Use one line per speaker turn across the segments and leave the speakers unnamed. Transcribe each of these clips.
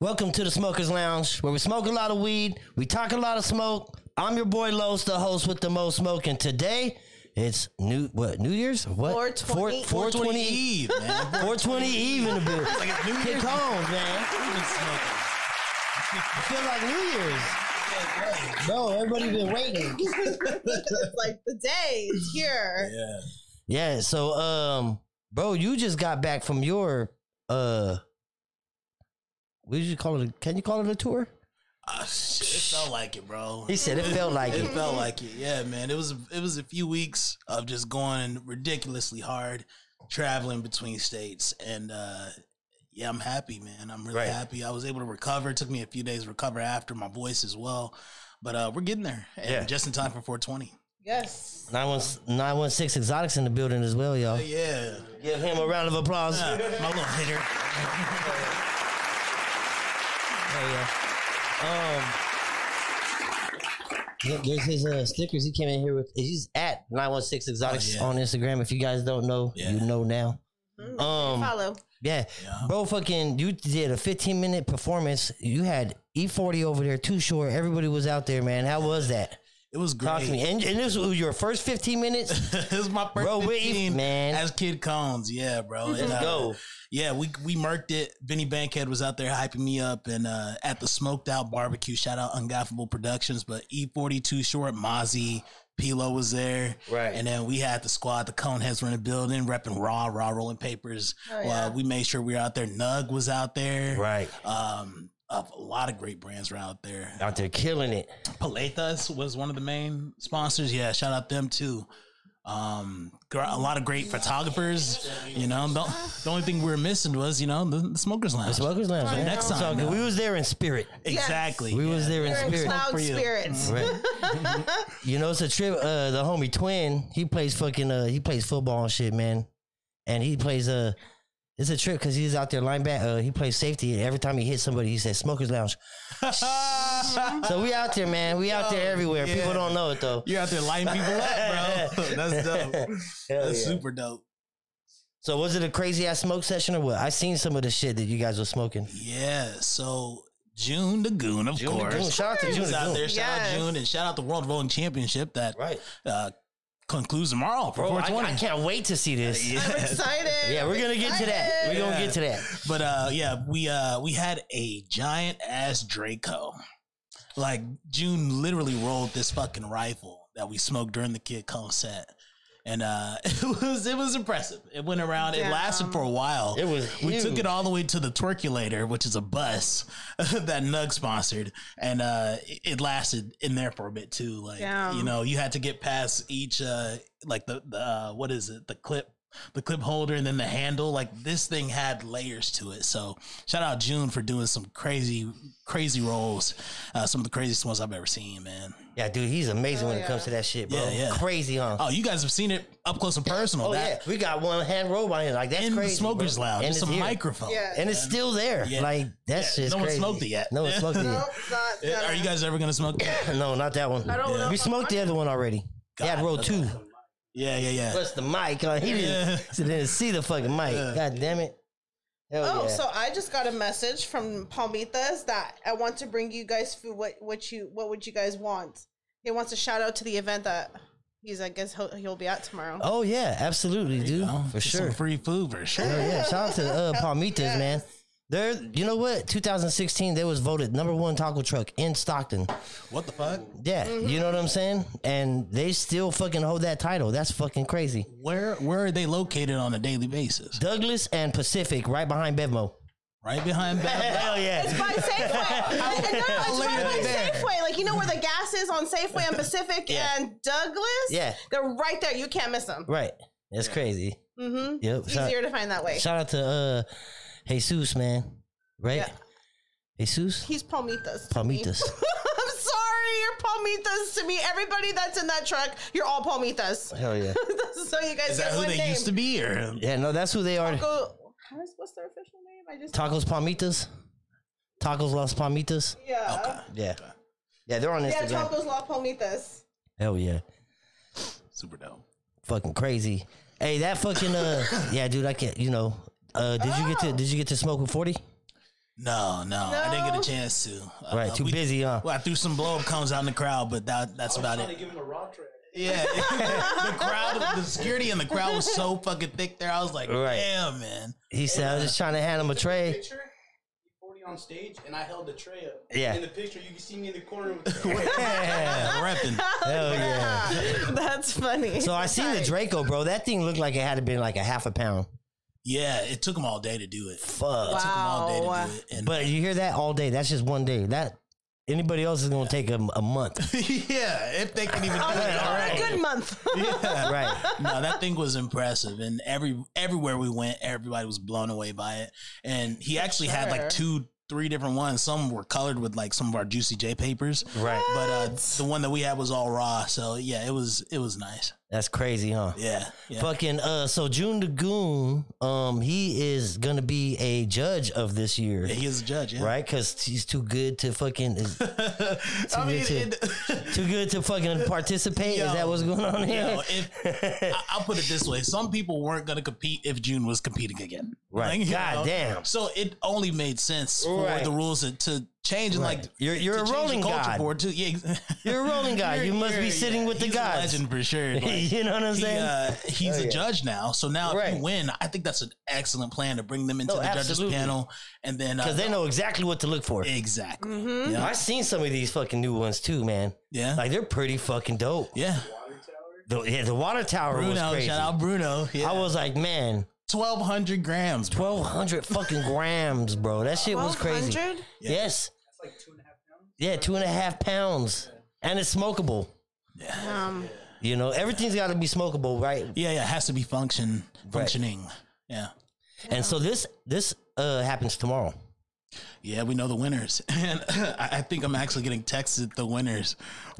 Welcome to the Smokers Lounge, where we smoke a lot of weed, we talk a lot of smoke. I'm your boy Los, the host with the most smoke, and today it's new what New Year's what
420.
420
420 Eve, man.
420 Eve E in the booth.
E. Like it's New
Kick
Year's.
home, man.
We've been smoking.
I feel like New Year's. No, everybody been waiting.
It's like the day is here.
Yeah.
Yeah, so um, bro, you just got back from your uh, what did you call it? Can you call it a tour?
Ah, shit, it felt like it, bro.
He said it felt like
it
it.
felt like it. Yeah, man. It was it was a few weeks of just going ridiculously hard, traveling between states, and uh, yeah, I'm happy, man. I'm really
Right.
happy. I was able to recover. It took me a few days to recover after my voice as well, but uh, we're getting there, and
Yeah.
just in time for 420.
Yes.
916 916 Exotics in the building as well, y'all.
Yeah,
Give him a round of applause.
Ah, my little hitter.
Yep, there's his uh, stickers. He came in here with. He's at 916 Exotics
Oh, yeah.
on Instagram. If you guys don't know,
Yeah.
you know now. Um,
Mm-hmm. Follow.
yeah.
Yeah.
bro, fucking, you did a 15 minute performance. You had E40 over there, Too Short. Everybody was out there, man. How was that?
It was great.
Talk to me. And, and this was your first 15 minutes.
this is my first
Bro, we-
15
man.
as Kid Cones. Yeah, bro. And, uh,
Go.
Yeah, we we murked it. Vinny Bankhead was out there hyping me up, and uh, at the Smoked Out Barbecue, shout out Ungaffable Productions, but E42 Short, Mozzie, Pilo was there.
Right.
And then we had the squad, the Coneheads were in the building, repping Raw, Raw Rolling Papers.
Oh, yeah.
uh, we made sure we were out there. Nug was out there.
Right.
Um, a a lot of great brands were out there.
Out there killing it.
Paletas was one of the main sponsors. Yeah, shout out them too. Um, gr- a lot of great photographers. You know, the, the only thing we were missing was you know the, the smokers lounge.
Smokers Lounge, man.
Next
It's all
time,
good.
man.
We was there in spirit.
exactly.
We was
yeah.
there in
We're in
spirit. Mm-hmm.
cloud
for you.
spirits.
Right. you know, it's a trip. Uh, the homie twin, he plays fucking, uh, he plays football and shit, man. And he plays, uh, it's a trip because he's out there linebacker. Uh, he plays safety. And every time he hits somebody, he says, Smoker's Lounge. so we out there, man. We out there everywhere.
yeah.
People don't know it, though.
You're out there lighting people up, bro. That's dope.
Hell
That's
yeah.
super dope.
So was it a crazy ass smoke session or what? I seen some of the shit that you guys were smoking.
Yeah. So June the Goon, of
the
course.
Goon. Shout out to
He
June
was
the
out
Goon.
there. Shout
Yes.
out June and shout out the World Rolling Championship that
Right.
uh, concludes tomorrow for
Bro, I,
420.
I can't wait to see this.
Yeah.
I'm excited.
Yeah, we're gonna get to that. We're gonna get to that.
But uh yeah, we uh we had a giant ass Draco. Like June literally rolled this fucking rifle that we smoked during the Kid Cone set. And uh it was it was impressive. It went around, it
Damn.
lasted for a while.
It was
we
huge.
took it all the way to the Twerculator, which is a bus that Nug sponsored, and uh it, it lasted in there for a bit too. Like
Damn.
you know, you had to get past each uh like the, the uh, what is it, the clip the clip holder and then the handle like this thing had layers to it so shout out june for doing some crazy crazy rolls uh, some of the craziest ones i've ever seen man
Yeah, dude, he's amazing
Oh,
when it
yeah.
comes to that shit, bro.
Yeah, yeah.
Crazy, huh?
oh you guys have seen it up close and personal
Oh yeah,
that
we got one hand robe on here. Like that's
in
crazy.
the smokers
bro.
lounge
and
it's
it's
a
here.
microphone
Yeah.
and it's still there.
Yeah.
Like that's
Yeah,
just
no one
crazy.
smoked it yet.
No one smoked it
Nope,
yet.
it's not. it's
Uh,
not-
are you guys ever gonna smoke that?
No, not that one.
I don't know.
We smoked the other one already. yeah,
God,
row two.
yeah yeah yeah
Plus the mic. Like, he didn't,
Yeah.
he didn't see the fucking mic.
Yeah.
God damn it. Hell
Oh,
yeah.
so I just got a message from Palmitas that I want to bring you guys food. What what you what would you guys want? He wants a shout out to the event that he's I guess he'll, he'll be at tomorrow.
oh yeah, absolutely, dude.
Oh,
For
get
sure.
some free food for sure
Hell yeah. Shout out to uh, Palmitas,
Yes.
man. They're, you know what? 2016, they was voted number one taco truck in Stockton.
what the fuck
Yeah,
Mm-hmm.
you know what I'm saying? And they still fucking hold that title. That's fucking crazy.
where where are they located on a daily basis
Douglas and Pacific, right behind Bevmo.
right behind Bad
Hell yeah.
By Safeway. no, it's right by Safeway. Like you know where the gas is on Safeway and Pacific
Yeah.
and Douglas.
Yeah.
they're right there. You can't miss them.
Right. That's crazy.
Mm-hmm.
Yep.
It's
Shout,
easier to find that way.
shout out to uh Jesus, man. Right?
Yeah.
Jesus?
He's Palmitas. to me.
Palmitas.
I'm sorry, you're Palmitas to me. Everybody that's in that truck, you're all Palmitas.
Hell yeah.
so you guys get
is that who
one
they
name.
used to be or
Yeah, no, that's who they are.
Go. How is, what's their official name? I just.
Tacos Palmitas. Tacos Las Palmitas.
yeah.
Yeah. Yeah, they're on
Yeah,
Instagram.
tacos la palmitas.
Hell yeah.
super dope
Fucking crazy. Hey, that fucking uh yeah, dude, I can't you know. Uh did you get to did you get to smoke with 40?
No, no, I didn't get
No.
a chance to. Uh,
Right, too
we-
busy, huh?
Well, I threw some blow up cones out in the crowd, but that that's about it. Yeah, the crowd, the security in the crowd was so fucking thick there. I was like,
Right.
damn, man.
He said, I was just trying to hand him a tray.
Picture, forty on stage, and I held the tray up.
Yeah.
In the picture, you can see me in the corner with the
Yeah, repping.
Hell yeah.
That's funny.
So I seen the
Sorry.
Draco, bro. That thing looked like it had been like a half a pound.
Yeah, it took them all day to do it. It
Fuck.
took 'em all day
Wow.
to do it. And
But you hear that all day. That's just one day. That anybody else is gonna take a, a month.
yeah, if they can even do
On
it,
a,
all
on a
right.
good month.
Yeah.
right.
no, that thing was impressive, and every everywhere we went, everybody was blown away by it. And he actually had
sure.
like two, three different ones. Some were colored with like some of our Juicy J papers,
Right.
but uh, the one that we had was all raw. So yeah, it was it was nice.
That's crazy, huh?
Yeah, yeah.
Fucking uh so June the Goon, um, he is gonna be a judge of this year.
Yeah, he is a judge, yeah.
Right? Cause he's too good to fucking is
I mean,
good to-
it-
too good to fucking participate. is
Yo.
that what's going on here?
Yo, if, I, I'll put it this way: some people weren't going to compete if June was competing again.
Right.
you
God
know?
damn.
So it only made sense for
Right.
the rules to, to change and
Right.
like
You're- you're
to
a
change the
rolling
culture
god.
board too. Yeah, ex-
You're a rolling guy. You
You're-
must be
you're-
sitting
yeah,
with the
he's a
guys.
legend for sure. Like,
you know what I'm
he,
saying?
uh, he's
Oh,
a
yeah.
judge now, so now if
Right.
you win, I think that's an excellent plan to bring them into
No,
the
absolutely.
judges panel, and then uh,
Because they Mm-hmm. know exactly what to look for.
exactly.
Mhm.
Yeah,
I've seen some of these fucking new ones too, man.
yeah,
Like they're pretty fucking dope.
yeah.
The, yeah, the water tower was
Bruno,
crazy.
shout out Bruno. Yeah.
I was like, man,
twelve hundred grams. bro.
twelve hundred fucking grams, bro. That shit was crazy.
1200?
Yes. Yeah, two and a half pounds, and it's smokable.
Um,
You know, everything's got to be smokable, right?
Yeah, yeah, it has to be function functioning. Yeah.
And so this this uh happens tomorrow.
Yeah, we know the winners. And I I think I'm actually getting texted the winners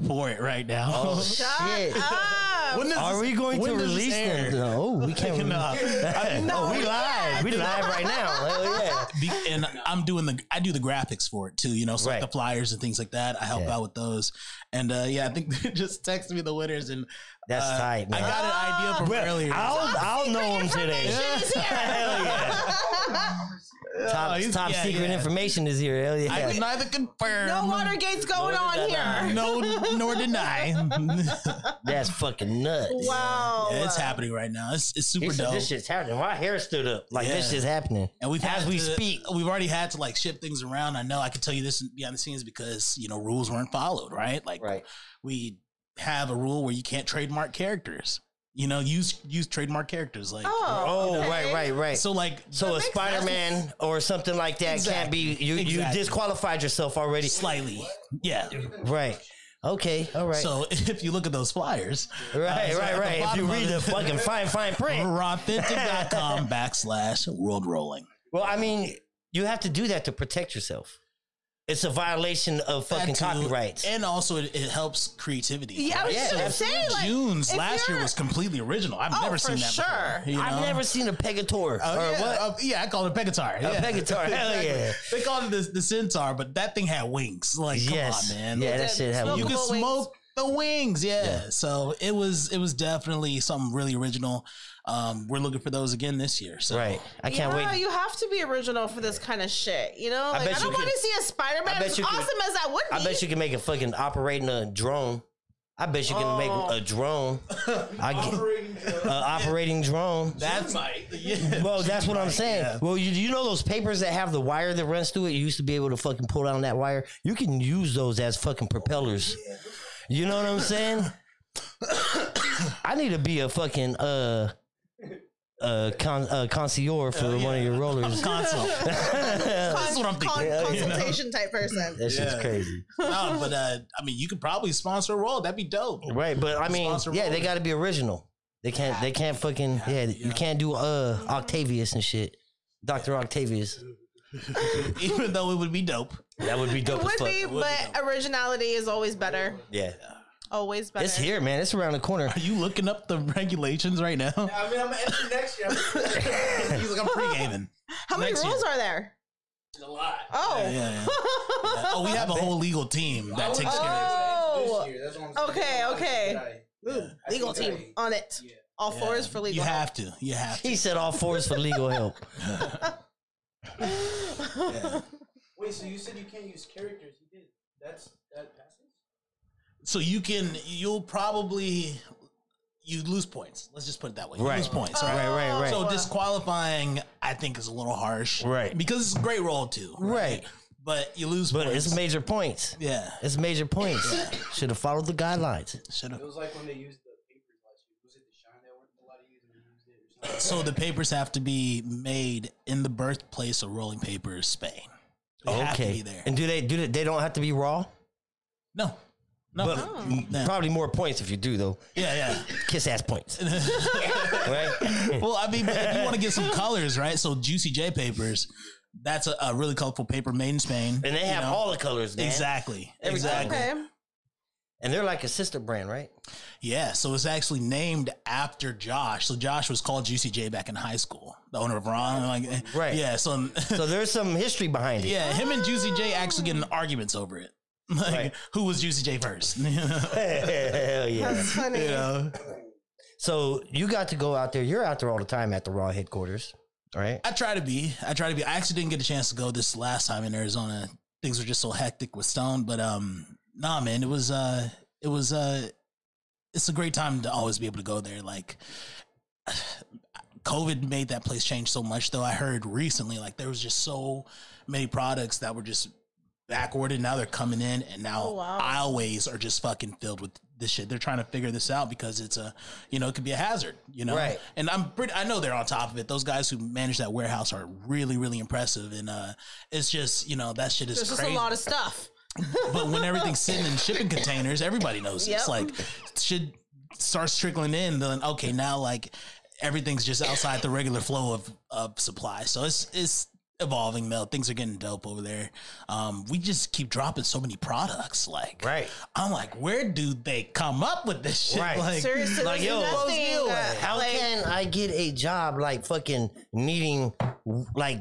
for it right now.
Oh, shit!
ah,
When does
Are
this-
we going to
when does this
release
air?
them? No, we can't.
Like, nah. I-
no, we live. We live right now. Hell yeah!
Be- and I'm doing the I do the graphics for it too, you know, so
Right.
like the flyers and things like that. I help
Yeah.
out with those. And uh yeah, I think they just texted me the winners and
That's
uh,
tight, man.
I got an idea from earlier.
I'll I'll know him today. Hell yeah! Top,
he's-
top
yeah,
secret
yeah.
information is here. Hell yeah!
I can neither confirm
no Watergate's going on here.
no nor deny.
That's fucking nuts.
Wow.
Yeah, it's happening right now. It's, it's
He
super
said,
dope.
this shit's happening. My hair stood up. Like this
Yeah.
shit's happening.
And we've
as
had
we
to-
speak.
we've already had to like shift things around. I know I can tell you this behind the scenes because you know rules weren't followed, right? Like
Right.
we have a rule where you can't trademark characters. You know, use use trademark characters like
Oh,
Oh,
okay.
right, right, right. So,
so like
a Spider Man or something like that can't be. You
Exactly.
you disqualified yourself already.
slightly, yeah.
Right. Okay. All right.
So if you look at those flyers,
right,
so Uh, at
right,
the
right. If you
bottom of
read the
it-
fucking fine fine print,
authentic.com backslash world rolling.
well, I mean, you have to do that to protect yourself. It's a violation of fucking
That too.
copyrights.
and also it, it helps creativity.
Yeah, I was
Yeah,
just gonna say, like,
June's
if
last year
you're-
was completely original. I've
Oh,
never
for
seen that. before,
sure.
you know?
I've never seen a pegator
Oh,
or
yeah,
what?
uh, yeah, I called it Pegatar.
A
yeah.
Pegator, hell yeah.
They called it the, the centaur, but that thing had wings. Like, come
yes,
on, man.
yeah, that
that
shit
smoke
happened.
you could
Smokable wings.
smoke the wings. Yeah. So it was it was definitely something really original. Um, we're looking for those again this year. So
Right. I can't
yeah,
wait.
you have to be original for this kind of shit. You know, like, I,
bet you
don't want
could-
to see a Spider Man
bet
as
you
awesome
could-
as that would be.
I bet you can make a fucking operating a drone. I bet you can
Oh.
make a drone. I get,
operating drone.
a operating drone.
That's
Might.
yeah.
Well, that's what I'm saying.
yeah.
Well, you, you know those papers that have the wire that runs through it. You used to be able to fucking pull down that wire. You can use those as fucking propellers. You know what I'm saying? I need to be a fucking uh uh, con- uh concierge for one of your rollers.
console. that's what I'm thinking.
Con-
you know?
consultation type person.
That shit's
Yeah.
crazy,
No, but uh, I mean, you could probably sponsor a roll. That'd be dope.
right? But I mean,
Sponsor
yeah, they
rollers.
got to be original. They can't. They can't fucking. Yeah, you can't do uh Octavius and shit. Doctor Octavius.
Even though it would be dope.
That would be dope
It
as fuck.
would be, but originality is always better.
Yeah,
Always better.
it's here, man. It's around the corner.
Are you looking up the regulations right now?
I mean, I'm gonna enter next year.
He's like, I'm pre gaming.
How many
Next year.
rules are there?
a lot.
Oh,
Yeah, yeah. Oh, we have a whole legal team that takes care of
Oh.
This year, that's what I'm saying.
Okay,
I'm not
okay.
gonna die.
Ooh, legal
think
team on it.
Yeah.
All
it.
fours for legal.
You have to. You have to.
He said all fours for legal help.
Wait, so you said you can't use characters. You did. That's that passes.
So you can, you'll probably, you lose points. Let's just put it that way. You
Right.
lose points, right?
Right, right, right.
So disqualifying, I think, is a little harsh,
Right.
Because it's a great roll too,
Right.
But you lose,
but
points.
it's major points.
yeah.
It's major points. Should have followed the guidelines.
Should
It
have.
was like when they used the papers last year. Was it the shine that weren't allowed to use and they used it or something?
So the papers have to be made in the birthplace of rolling papers, Spain. They have to be
Okay.
there.
And do they do they, they don't have to be raw?
No, no.
But
No.
probably more points if you do though.
Yeah,
Kiss ass points. right?
yeah. Well, I mean, but if you want to get some colors, right? So Juicy J papers, that's a, a really colorful paper made in Spain.
And they
you
have
know?
all the colors, man.
Exactly.
Every
exactly.
Okay.
And they're like a sister brand, right?
Yeah, so it's actually named after Josh. So Josh was called Juicy J back in high school, the owner of Ron. Like, eh,
Right.
Yeah. So um,
So there's some history behind it.
yeah, him and Juicy J actually get in arguments over it. Like,
Right.
who was Juicy J first? you
Hell yeah.
That's funny.
know,
So you got to go out there. You're out there all the time at the Raw headquarters, right?
I try to be. I try to be. I actually didn't get a chance to go this last time in Arizona. Things were just so hectic with Stone, but um, nah, man, it was uh, it was uh, it's a great time to always be able to go there. Like, COVID made that place change so much. Though I heard recently, like there was just so many products that were just backordered. Now they're coming in, and now
Oh, wow.
aisleways are just fucking filled with this shit. They're trying to figure this out because it's a, you know, it could be a hazard. You know,
Right.
and I'm pretty. I know they're on top of it. Those guys who manage that warehouse are really, really impressive. And uh, it's just, you know, that shit is
There's just
crazy.
a lot of stuff.
but when everything's sitting in shipping containers, everybody knows
Yep.
it's like shit starts trickling in. Then okay, now like everything's just outside the regular flow of of supply. So it's it's evolving, Mel. Things are getting dope over there. Um, we just keep dropping so many products. Like
Right.
I'm like, where do they come up with this shit?
Right.
Like,
Seriously,
Like,
like,
yo,
yo,
what
was you
nothing.
at?
that,
How
like,
can I get a job like fucking needing like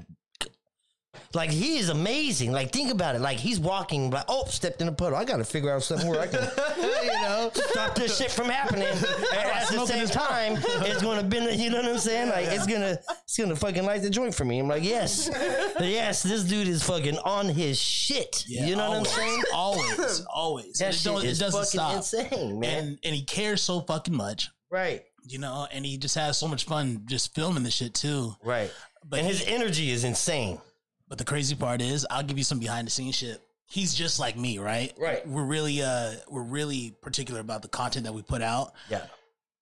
like he is amazing. Like think about it. Like he's walking like oh stepped in a puddle. I gotta figure out something where I can
you know.
stop this shit from happening. And at the
Smoking
same
this
time, it's gonna bend you know what I'm saying? Like it's gonna it's gonna fucking light the joint for me. I'm like, yes. yes, this dude is fucking on his shit.
Yeah,
you know
always,
what I'm saying?
Always, always.
That
And
shit
don't-
is fucking insane, man.
And and he cares so fucking much,
right,
you know, and he just has so much fun just filming the shit too.
right.
But
and
he-
his energy is insane.
But the crazy part is, I'll give you some behind the scenes shit. He's just like me, right?
Right.
We're really uh we're really particular about the content that we put out.
Yeah.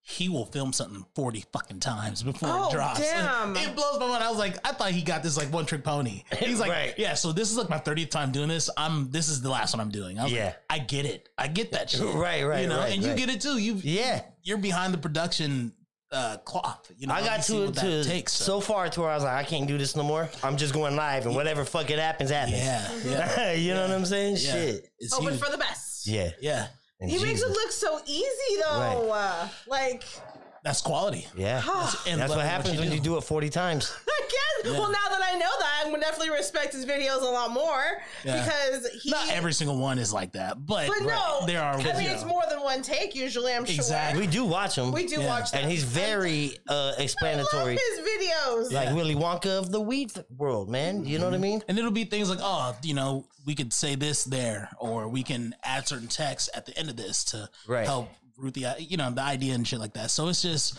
He will film something 40 fucking times before
Oh,
it drops.
damn.
It blows my mind. I was like, I thought he got this like one trick pony. He's like,
Right.
yeah, so this is like my 30th time doing this. I'm this is the last one I'm doing. I was
Yeah.
like, I get it. I get that shit.
Right, right,
You know,
right,
and you
right.
get it too. You
Yeah.
you're behind the production uh cloth. You know,
I
you
got
see
to
what that
to
takes.
so far to where I was like, I can't do this no more. I'm just going live, and whatever fuck it happens, happens.
yeah, yeah.
you know what I'm saying?
yeah.
Shit.
It's
hoping
huge.
Oh, for the best.
Yeah.
yeah.
And
He makes it
Jesus.
look so easy though. Uh, like ah.
That's quality.
Yeah.
And
That's what
love what
happens
you
when
do.
you do it 40 times.
I guess. Well, now that I know that, I'm gonna definitely respect his videos a lot more
Yeah.
because he.
Not every single one is like that, but,
But no,
there are.
I mean, it's more than one take usually. I'm
Exactly.
We do watch him.
sure. We do
Yeah.
watch them.
And he's very uh,
I love
explanatory.
his videos.
Like Willy Wonka of the weed world, man. You know what I mean?
and it'll be things like, oh, you know, we could say this there, or we can add certain text at the end of this to
Right.
help root the, you know, the idea and shit like that. So it's just,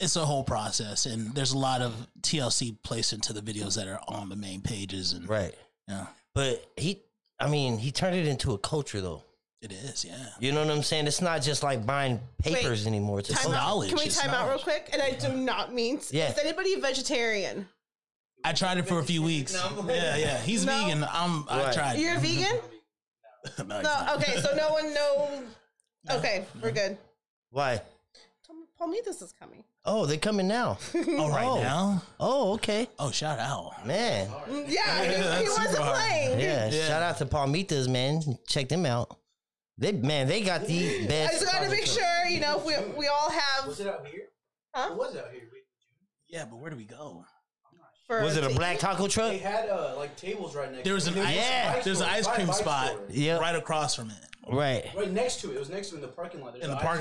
it's a whole process, and there's a lot of TLC placed into the videos that are on the main pages, and
Right.
yeah,
But he, I mean, he turned it into a culture, though.
it is, yeah.
You know what I'm saying? It's not just like buying papers anymore. It's a
Time
culture.
out.
knowledge,
Can we
it's
time out real
knowledge.
quick? And I do not mean. To,
Yeah.
Is anybody vegetarian?
I tried it for a few weeks.
No.
Yeah, yeah. He's
No.
vegan. I'm. I
Right.
tried.
You're a vegan?
No, he's
No.
not.
Okay. So no one knows. Okay, we're good.
Why?
Palmitas is coming.
Oh, they're coming now.
Oh, right
Oh.
now.
Oh, okay.
Oh, shout out.
Man.
Mm, Yeah, he, he
that's
wasn't
super hard.
playing.
Yeah,
Yeah.
shout out to Palmitas, man. Check them out. They man, they got the
I
best.
just gotta make sure, you know, if we we all have.
Was it out here?
Huh?
It was out here. We-
Yeah, but where do we go?
for-
Was it a black taco truck?
They had uh, like tables right next.
There was
to it.
an ice,
Yeah.
there's an
store,
ice
by
cream
bike
spot
store.
Yep.
right across from it
Right.
Right next to it. It was June said that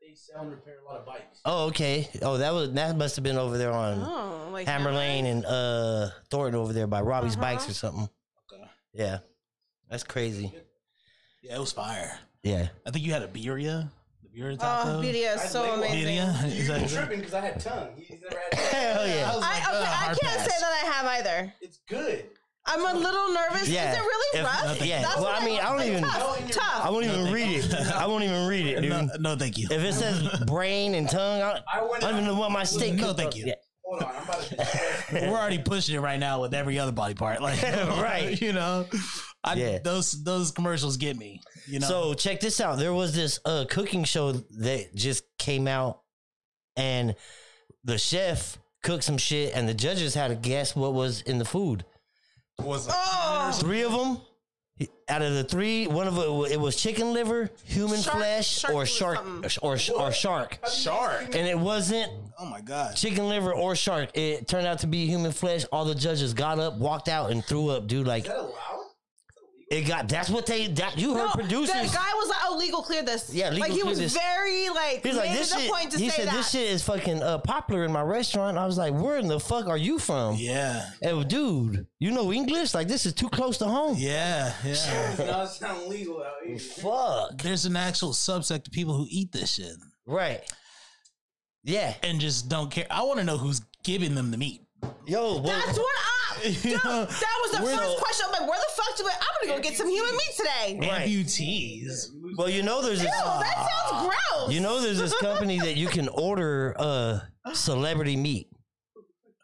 they sell and repair a lot of bikes.
Oh, okay. Oh, that was that must have been over there on
Oh, like
Hammer Lane and uh Thornton over there by Robbie's
Uh-huh.
Bikes or something.
Okay.
Yeah, that's crazy.
Yeah, it was fire.
Yeah,
I think you had a birria, the birria taco.
Oh, media
I
is so
like one.
amazing.
Birria? Is
You're
that-
tripping because I had tongue. He's never had tongue.
hell yeah.
was
I,
like,
okay,
uh,
I
hard
can't
pass.
say that I have either.
It's good.
I'm a little nervous.
Yeah,
Is it really
if
rough?
nothing- yeah. Well,
what
I mean, I don't
like,
even-
No, in
Tough.
your-
I
tough.
won't even
No,
read
thank
it. I won't even read it, dude.
No, no, thank you.
If it says brain and tongue, I,
I
I
went.
don't even know what my steak.
No,
cooked
thank
on-
you.
Yeah.
Hold on, I'm about to. discuss.
We're already pushing it right now with every other body part, like
Right.
You know, I,
Yeah.
those those commercials get me. You know,
So check this out. There was this uh cooking show that just came out, and the chef cooked some shit, and the judges had to guess what was in the food.
was
Oh,
Three of them, out of the three, one of it, it was chicken liver, human
Shark-
flesh,
shark
or
was
shark
something.
or or shark.
shark.
And it wasn't
Oh my gosh.
chicken liver or shark. It turned out to be human flesh. All the judges got up, walked out, and threw up, dude. Like
Is that allowed?
it got. That's what they. That you heard
no,
producers.
That guy was like, "Oh, legal clear this."
Yeah,
like
legal
he
clear
was
this.
very like.
He's like
made
this
it a
shit.
point to
He
say
said
that.
this shit is fucking uh, popular in my restaurant. I was like, where in the fuck are you from?
Yeah,
Hey, dude, you know English? Like this is too close to home.
yeah, yeah.
Does not sound legal out here.
Fuck.
There's an actual subsect of people who eat this shit
Right. Yeah.
and just don't care. I want to know who's giving them the meat.
Yo. Well,
That's what I.
You
Dude,
know,
that was the
we're
first
the-
question. I'm like, where the fuck do I? I'm gonna go get some human meat today.
Right.
Amputees.
well, you know there's this.
Ew, that sounds gross.
You know there's this company that you can order uh celebrity meat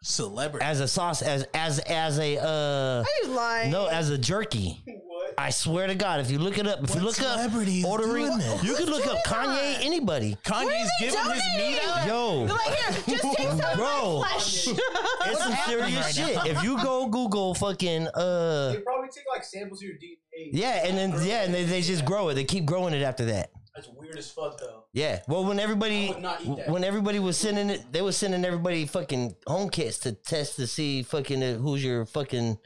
Celebrity.
as a sauce as as as a uh
Are you lying?
no as a jerky.
What?
I swear to God, if you look it up, if you
What
look up
celebrity is
ordering,
doing this?
you can look up Kanye,
that?
anybody.
Kanye's
they
giving his meat
donating?
out.
Yo,
They're like, here, just take some
Bro.
of my flesh.
it's some serious shit. If you go Google fucking uh
They probably take like samples of your DNA.
yeah, and then yeah, and they, they just grow it. They keep growing it after that.
That's weird as fuck though.
Yeah. Well, when everybody
I would not eat that.
when everybody was sending it, they were sending everybody fucking home kits to test to see fucking uh, who's your fucking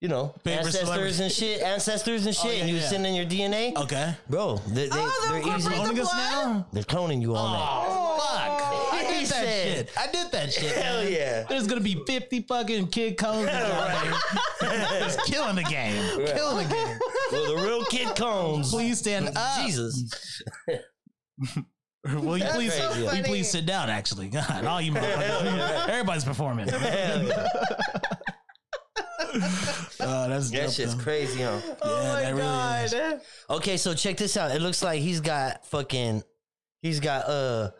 you know
Favorite
ancestors
celebrity. Oh,
and shit, ancestors and shit,
yeah,
and you
yeah. Oh.
send in your DNA.
Okay.
Bro, they, they,
Oh, they're
they're easily
incorporating
Owning us
blood?
now?
they're cloning you on that.
Oh, fuck. I
He
did that
said-
shit. I did that shit.
Hell
man.
yeah.
There's gonna be 50 fucking kid cones. It's killing the game. Killing the game.
Well, the real kid Ah. cones.
Please stand up.
Jesus.
Will you
That's
please
so
will you
funny.
please sit down? Actually, God, all you motherfuckers. Everybody's performing.
Hell yeah.
Oh, that's dope,
That shit's
though.
crazy, huh?
oh
Yeah,
my
that really
god.
is.
Okay, so check this out. It looks like he's got fucking, he's got uh,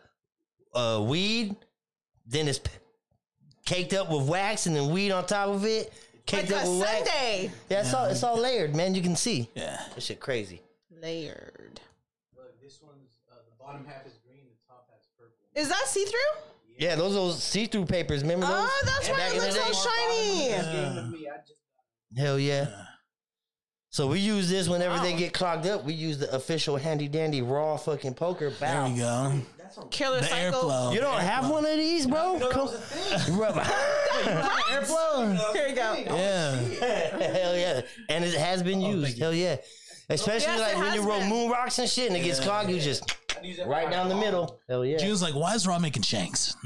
uh, weed. Then it's p- caked up with wax, and then weed on top of it.
Like
Caked
a
up with wax.
Sunday.
Yeah, it's all it's all layered, man. You can see.
Yeah.
That shit crazy.
Layered.
Look, this one's uh, the bottom half is green, the top half's purple.
Is that see through?
Yeah, those those see through papers. Remember those?
Oh, that's why
Back
it
in the
looks
day.
so shiny.
This game to me, I just
Hell yeah. So we use this whenever they
Wow.
get clogged up. We use the official handy dandy raw fucking poker.
There
Bow.
we go.
Killer
The
cycle.
airflow.
You don't have one of these, bro?
no, that
Come-
was a thing.
Bro,
airflow.
Here you go.
Oh,
Yeah.
Hell yeah. And it has been used. Hell yeah. Especially
Yes,
like
it
when
has
you roll
been.
moon rocks and shit and it gets clogged, you just
I'd use that
right
for
down the
alcohol.
middle. Hell yeah.
June's like, why is Raw making shanks?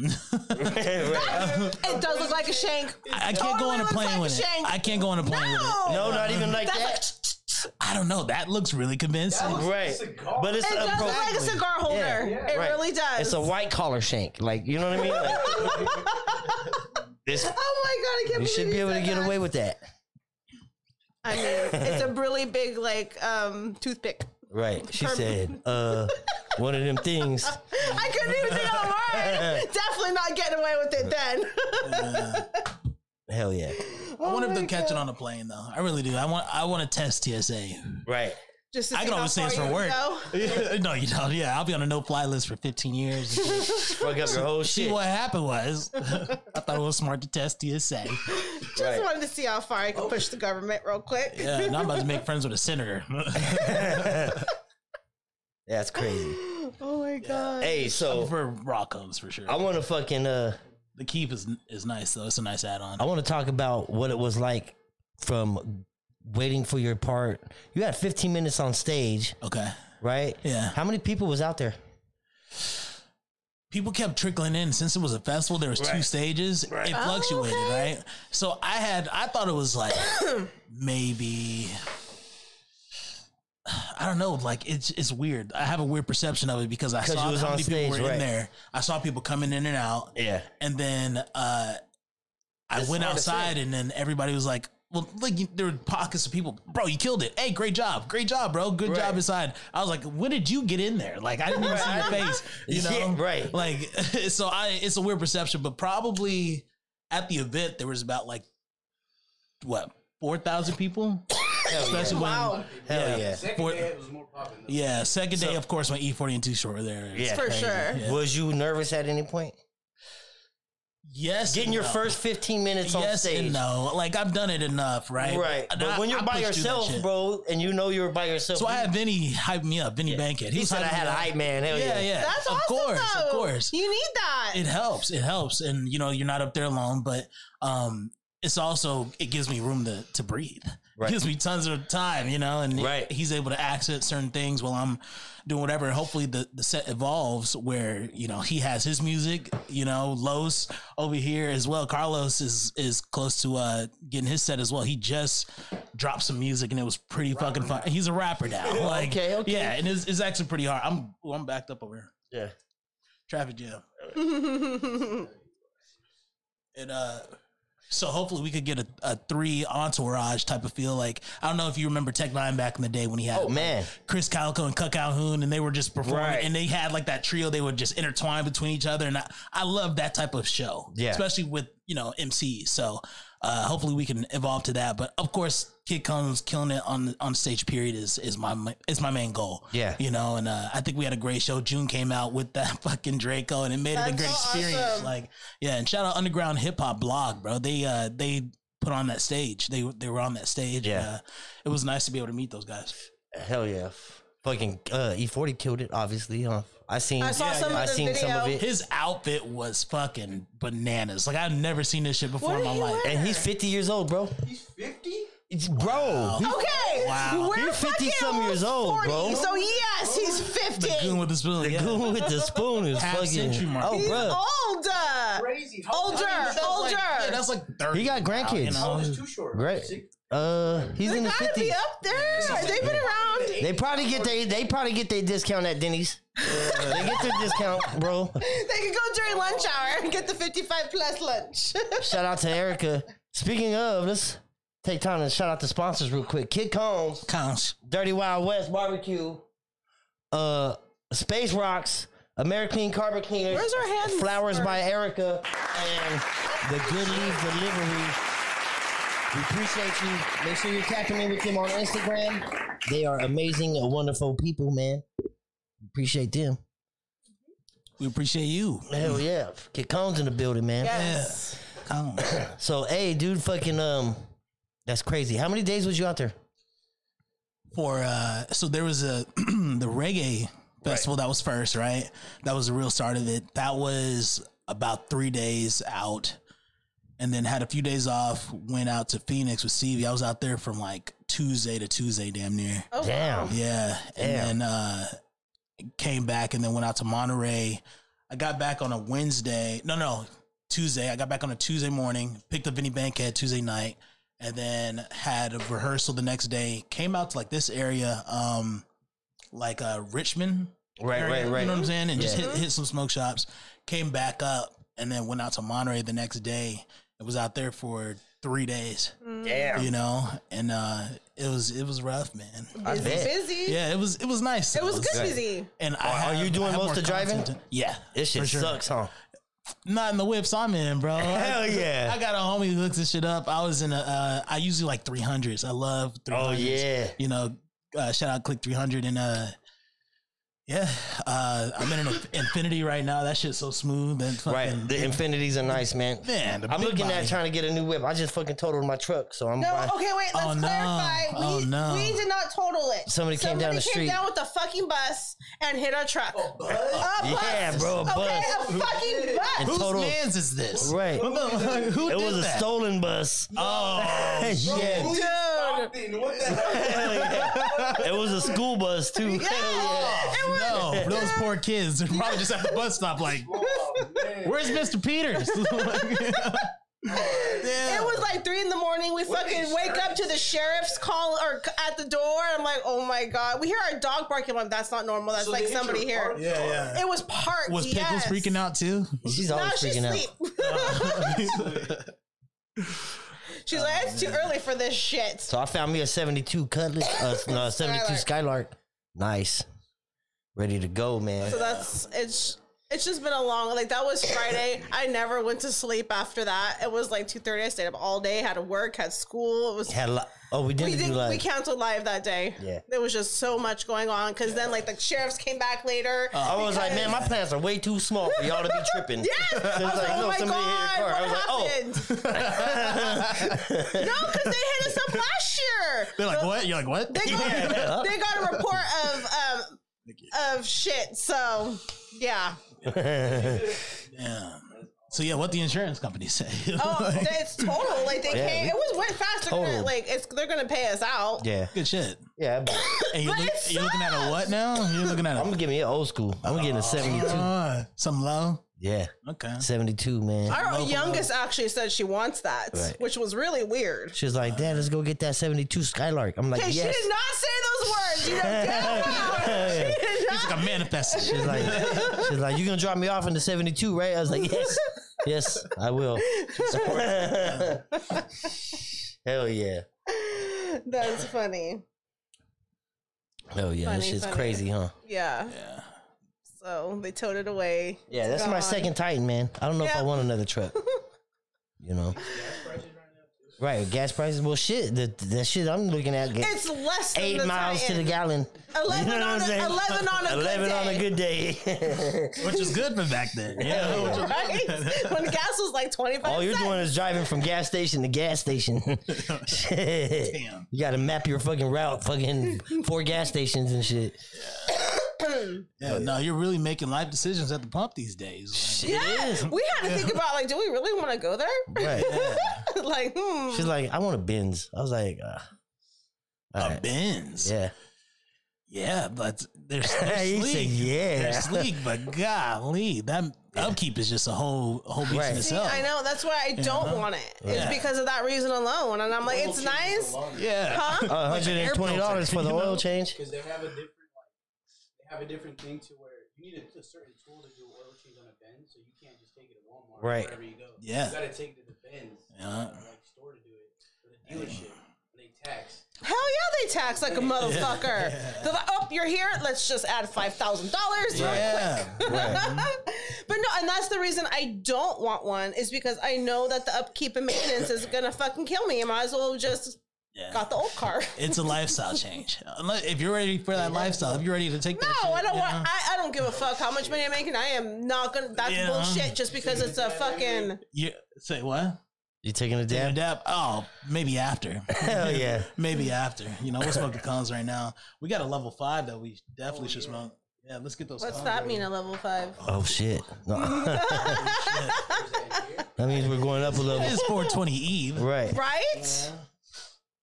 It does look like a shank.
I can't go on a
Totally
plane
looks
with it.
like a shank.
I can't go on a plane with it.
No.
No, not even like
That's
that.
I don't know. That looks really convincing.
That looks like a
Right.
cigar.
But it's
It
a
does look like a
pro-
cigar holder.
Yeah,
it
right.
really does.
It's a white collar shank. Like, you know what I mean? Like, this
oh my god, I can't
you
believe
should be able to
said
get
that.
away with that.
I mean, it's a really big like um toothpick.
Right. She
Perm-
said, uh, one of them things.
I couldn't even think of a word. Definitely not getting away with it then.
Hell yeah.
I wonder if they'll catch it on a plane though. I really do. I want. I want to test TSA.
Right.
Just to
I
see
can
how
always say
far
it's
you
for
would
work.
go.
no, you don't. Yeah, I'll be on a no-fly list for 15 years.
Fuck up your whole
See
shit.
what happened was, I thought it was smart to test TSA.
Just wanted to see how far I could push the government real quick.
Yeah, now I'm about to make friends with a senator.
That's crazy.
Oh my god.
Hey, so
for raw cones for sure.
I want to fucking uh,
the keep is is nice though. It's a nice add-on.
I want to talk about what it was like from waiting for your part. You had 15 minutes on stage,
Okay.
right?
Yeah.
How many people was out there?
people kept trickling in since it was a festival. There was two
Right.
stages. It
Right.
Oh,
fluctuated,
okay.
right? So I had I thought it was like maybe I don't know. Like it's it's weird. I have a weird perception of it because I
'Cause
saw
you was
how
on
many people
stage,
were in
right.
there. I saw people coming in and out,
Yeah.
and then uh, I
It's
went
hard to say.
outside, and then everybody was like. Well, like you, there were pockets of people, bro. You killed it. Hey, great job, great job, bro. Good
Right.
job inside. I was like, when did you get in there? Like, I didn't even see your face. You know,
Yeah, right.
Like, so I, it's a weird perception, but probably at the event there was about like what four thousand people, especially
Wow.
when
Hell yeah.
Second
For-
day, it was more popping. though.
yeah, second day, of course, when E forty and Too Short were there.
Yeah.
For
Crazy.
sure.
Yeah.
Was you nervous at any point?
Yes,
Getting
and
your
no.
first 15 minutes on
yes
stage.
and no. Like I've done it enough, right?
Right.
And
but
I-
when you're
I
by
pushed through that
yourself,
shit.
bro, and you know you're by yourself.
So I
you-
had Vinny hype me up, Vinny Bankhead.
He
was
said I
hyping
had
me
a
up.
hype man. Hell
Yeah,
yeah.
yeah.
That's
of
awesome.
course,
though.
of course.
You need that.
it helps it helps and you know you're not up there alone but um it's also it gives me room to to breathe
Right.
gives me tons of time you know and
Right.
he's able to access certain things while i'm doing whatever and hopefully the, the set evolves where you know he has his music you know los over here as well carlos is is close to uh getting his set as well he just dropped some music and it was pretty fucking fun he's a rapper now like
Okay, okay.
yeah and it's, it's actually pretty hard i'm ooh, i'm backed up over here
Yeah.
traffic jam and uh so hopefully we could get a, a three entourage type of feel. Like I don't know if you remember Tech Nine back in the day when he had
Oh, man.
Chris Calico and Cut Calhoun, and they were just performing,
Right.
and they had like that trio. They would just intertwine between each other, and I, I love that type of show,
Yeah.
Especially with you know MCs. So uh, hopefully we can evolve to that. But of course, Kid Comes killing it on on stage. Period is is my ma- is my main goal.
Yeah.
you know, and uh, I think we had a great show. June came out with that fucking Draco, and it made it a
That's
great
so
experience.
awesome.
Like yeah, and shout out Underground Hip Hop Blog, bro. They uh they put on that stage. They they were on that stage.
Yeah.
and, uh, it was nice to be able to meet those guys.
Hell yeah. Fucking uh, E40 killed it, obviously. Huh? I seen.
I saw some
I
of the
seen some of
video.
it.
His outfit was fucking bananas. Like I've never seen this shit before
What
in
are
my
you
life.
wearing?
And he's 50 years old, bro.
He's 50?
It's- Bro. he-
Okay.
Wow.
We're
You're 50
fucking
some years old,
40,
bro.
So yes, he's 50.
Goon
He's
with his spoon.
The
yeah.
goon with the spoon is
Half century
fucking.
mark.
Oh,
He's
bro.
older.
Crazy. How old
uh, Older,
is he?
older.
Yeah, that's like thirty.
He got
now,
grandkids.
you know?
How old is Too Short?
Great.
Six-
Uh, he's
They
in the
gotta be
50s.
up there. They've been around.
They probably get they they probably get their discount at Denny's. they get their discount, bro.
They could go during lunch hour and get the 55 plus lunch.
Shout out to Erica. Speaking of, let's take time to shout out the sponsors real quick. Kid Combs,
Counts.
Dirty Wild West Barbecue, uh, Space Rocks, American Carpet Cleaner,
Where's our hand?
Flowers
for-
by Erica, and the Good Leaf Delivery. We appreciate you. Make sure you're tapping in with them on Instagram. They are amazing, wonderful people, man. Appreciate them.
We appreciate you.
Hell yeah. Kid Combs in the building, man.
Yes.
Counts.
So, hey, dude, fucking, um, that's crazy. How many days was you out there?
for uh so there was a the reggae festival that was first right that was the real start of it that was about three days out and then had a few days off went out to phoenix with stevie i was out there from like tuesday to tuesday damn near
Oh,
Damn.
yeah and
Damn.
then uh came back and then went out to monterey i got back on a wednesday no no tuesday i got back on a tuesday morning picked up vinny bankhead tuesday night and then had a rehearsal the next day. Came out to like this area, um, like uh, Richmond,
Right,
area,
right, right.
You know what I'm saying? And just
Yeah.
hit, hit some smoke shops. Came back up and then went out to Monterey the next day. It was out there for three days,
Damn.
you know, and uh, it was it was rough, man.
I
Busy,
bet.
busy.
Yeah, it was it was nice.
It was
though.
good
Right.
busy.
And
Are-
I
are
have-
you doing
I have
most
more
of driving?
content. Yeah,
This shit
for sure.
sucks, huh?
Not in the whips I'm in, bro.
Hell yeah.
I got a homie who looks this shit up. I was in a, uh, I usually like 300s. I love 300s.
Oh, yeah.
You know, uh, shout out Click 300 and, uh, yeah, uh, I'm in an infinity right now. That shit's so smooth and
Right.
fucking,
The infinities are nice, man.
man. the
I'm
big
looking
body.
at trying to get a new whip. I just fucking totaled my truck, so I'm
No,
buying-
okay, wait. Let's
Oh, no.
clarify. We,
Oh, no.
we did not total it.
Somebody came down the street.
came down with a fucking bus and hit our truck.
Oh. Bud?
A bus.
Yeah, bro, a
Okay,
bus.
a fucking bus.
Whose
total-
man's is this?
Right.
What the- who
It
did
was a
that?
stolen bus.
Oh,
yeah.
Who is
Dude.
Oh,
Stockton? What the hell?
It was a school bus too. Hell
Yeah.
Oh no, those poor kids. They're probably just at the bus stop. Like,
Oh, man.
where's Mister Peters?
It was like three in the morning. We
What
fucking
is
wake up to the sheriff's call or c- at the door. I'm like, oh my god. We hear our dog barking. I'm like, that's not normal. That's
So they
like
hit your
somebody here.
parked
Yeah,
car.
yeah.
It was parked.
was Pickles
yes.
freaking out too?
She's
No,
always
she's
freaking out.
asleep. she's like, it's too early for this shit.
So I found me a 72 cutlet, uh, no, 72
Skylark.
Skylark. Nice. Ready to go, man.
So that's it's it's just been a long like that was Friday. I never went to sleep after that. It was like two thirty. I stayed up all day. Had to work. Had school. It was
Had a lot. Oh, we
we
didn't do
didn't
like.
we canceled live that day.
Yeah.
there was just so much going on because then like the sheriffs came back later.
I was like, man, my plants are way too small for y'all to be tripping.
Yes! I
It was
was like,
like, no,
oh my
somebody hit your car. I was like,
god,
oh.
what happened? no, because they hit us up last year.
They're like, what? You're like, what?
They got, they got a report of um, of shit. So yeah.
Damn. So yeah, what the insurance company say?
Oh, it's total. Like they
Yeah,
came.
we-
It was went fast. They're gonna,
Total.
like it's they're gonna pay us out.
Yeah.
good shit.
Yeah. but
And you're,
But
look-
it
you're looking at a what now? You're looking at
I'm
a
giving you old school. I'm getting a 72.
uh, some low.
Yeah.
Okay.
72, man.
Our
Local,
youngest actually said she wants that,
Right.
which was really weird.
She's like, Dad, let's go get that 72 Skylark. I'm like,
Hey, she
yes.
did not say those words. You know, damn.
Yeah.
She did
It's
not.
like a manifest.
She's like, she's like, you gonna drop me off in the 72, right? I was like, yes, yes, I will. Hell yeah.
That's funny.
Hell yeah.
Funny,
this shit's
funny.
crazy, huh?
Yeah.
yeah.
So they towed it away.
Yeah, that's my
Gone.
second Titan, man. I don't know if
Yeah.
I want another truck. You know, right? Gas prices. Well, shit, the the shit I'm looking at get
It's less than
eight
the
miles to
Titan.
the gallon.
Eleven
you know
on
what I'm
a-
saying?
eleven on a good
Eleven on
day.
a good day.
Which is good for back then. Yeah.
Hell yeah.
Right? when gas was like twenty five.
All you're doing is driving from gas station to gas station. Shit.
Damn.
You gotta map your fucking route, fucking four gas stations and shit.
Yeah, no, you're really making life decisions at the pump these days.
Shit
Yeah,
is.
we had to think about like, do we really want to go there?
Right.
like, hmm.
She's like, I want a Benz. I was like, uh,
Like,
all
a
right.
Benz.
yeah.
Yeah, but they're, they're
He
sleek.
said, yeah.
They're sleek, but golly, that upkeep is just a whole whole beast
Right.
in
See,
See,
itself.
I know that's why I don't want it.
Yeah.
It's because of that reason alone, and I'm like, it's nice,
Yeah.
huh?
Uh,
Like an air filter,
$120 for the
you know?
oil change.
Because they have a different like they have a different thing to where you need a, a certain tool to do oil change on a Benz, so you can't just take it to Walmart or
Right.
wherever you go.
Yeah.
You gotta take it to the Benz
Yeah.
like store to do it. Or the dealership. And they tax.
Hell yeah, they tax like a motherfucker. They're like, oh, you're here. Let's just add five thousand dollars.
Yeah.
but no, and that's the reason I don't want one is because I know that the upkeep and maintenance is gonna fucking kill me. I might as well just
Yeah.
got the old car.
It's a lifestyle change. Unless, if you're ready for that lifestyle, if you're ready to take that
No, I
shit,
don't
you
want.
know?
I, I don't give a fuck how much money I'm making. I am not gonna. That's
Yeah.
bullshit. Just because it's a fucking.
You, say what?
You taking a
Yeah.
dab?
Oh, maybe after.
Hell yeah.
maybe after. You know, we'll smoke the cones right now. We got a level five that we definitely should smoke. Yeah, let's get those.
Oh, What's
cones
that
ready.
mean? A level five.
Oh shit. No.
Oh,
that means we're going up a level.
It's 420 Eve.
Right.
Right?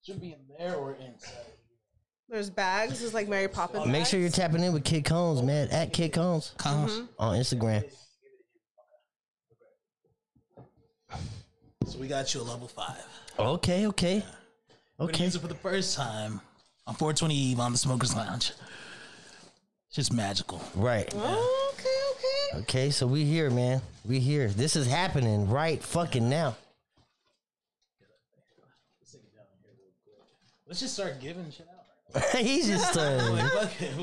Should be in there or inside.
There's bags. It's like Mary Poppins.
Make sure you're tapping in with Kid Cones, man. At Kid
Mm-hmm.
Cones
Cones.
on Instagram.
So we got you a level five.
Okay, okay.
We're gonna
Okay.
use it for the first time on 420 Eve on the Smokers Lounge. It's just magical.
Right.
Oh, Okay, okay.
Okay, so we here, man. We here. This is happening right fucking now.
Let's just start giving shit out.
He's just uh,
Like, fuck it.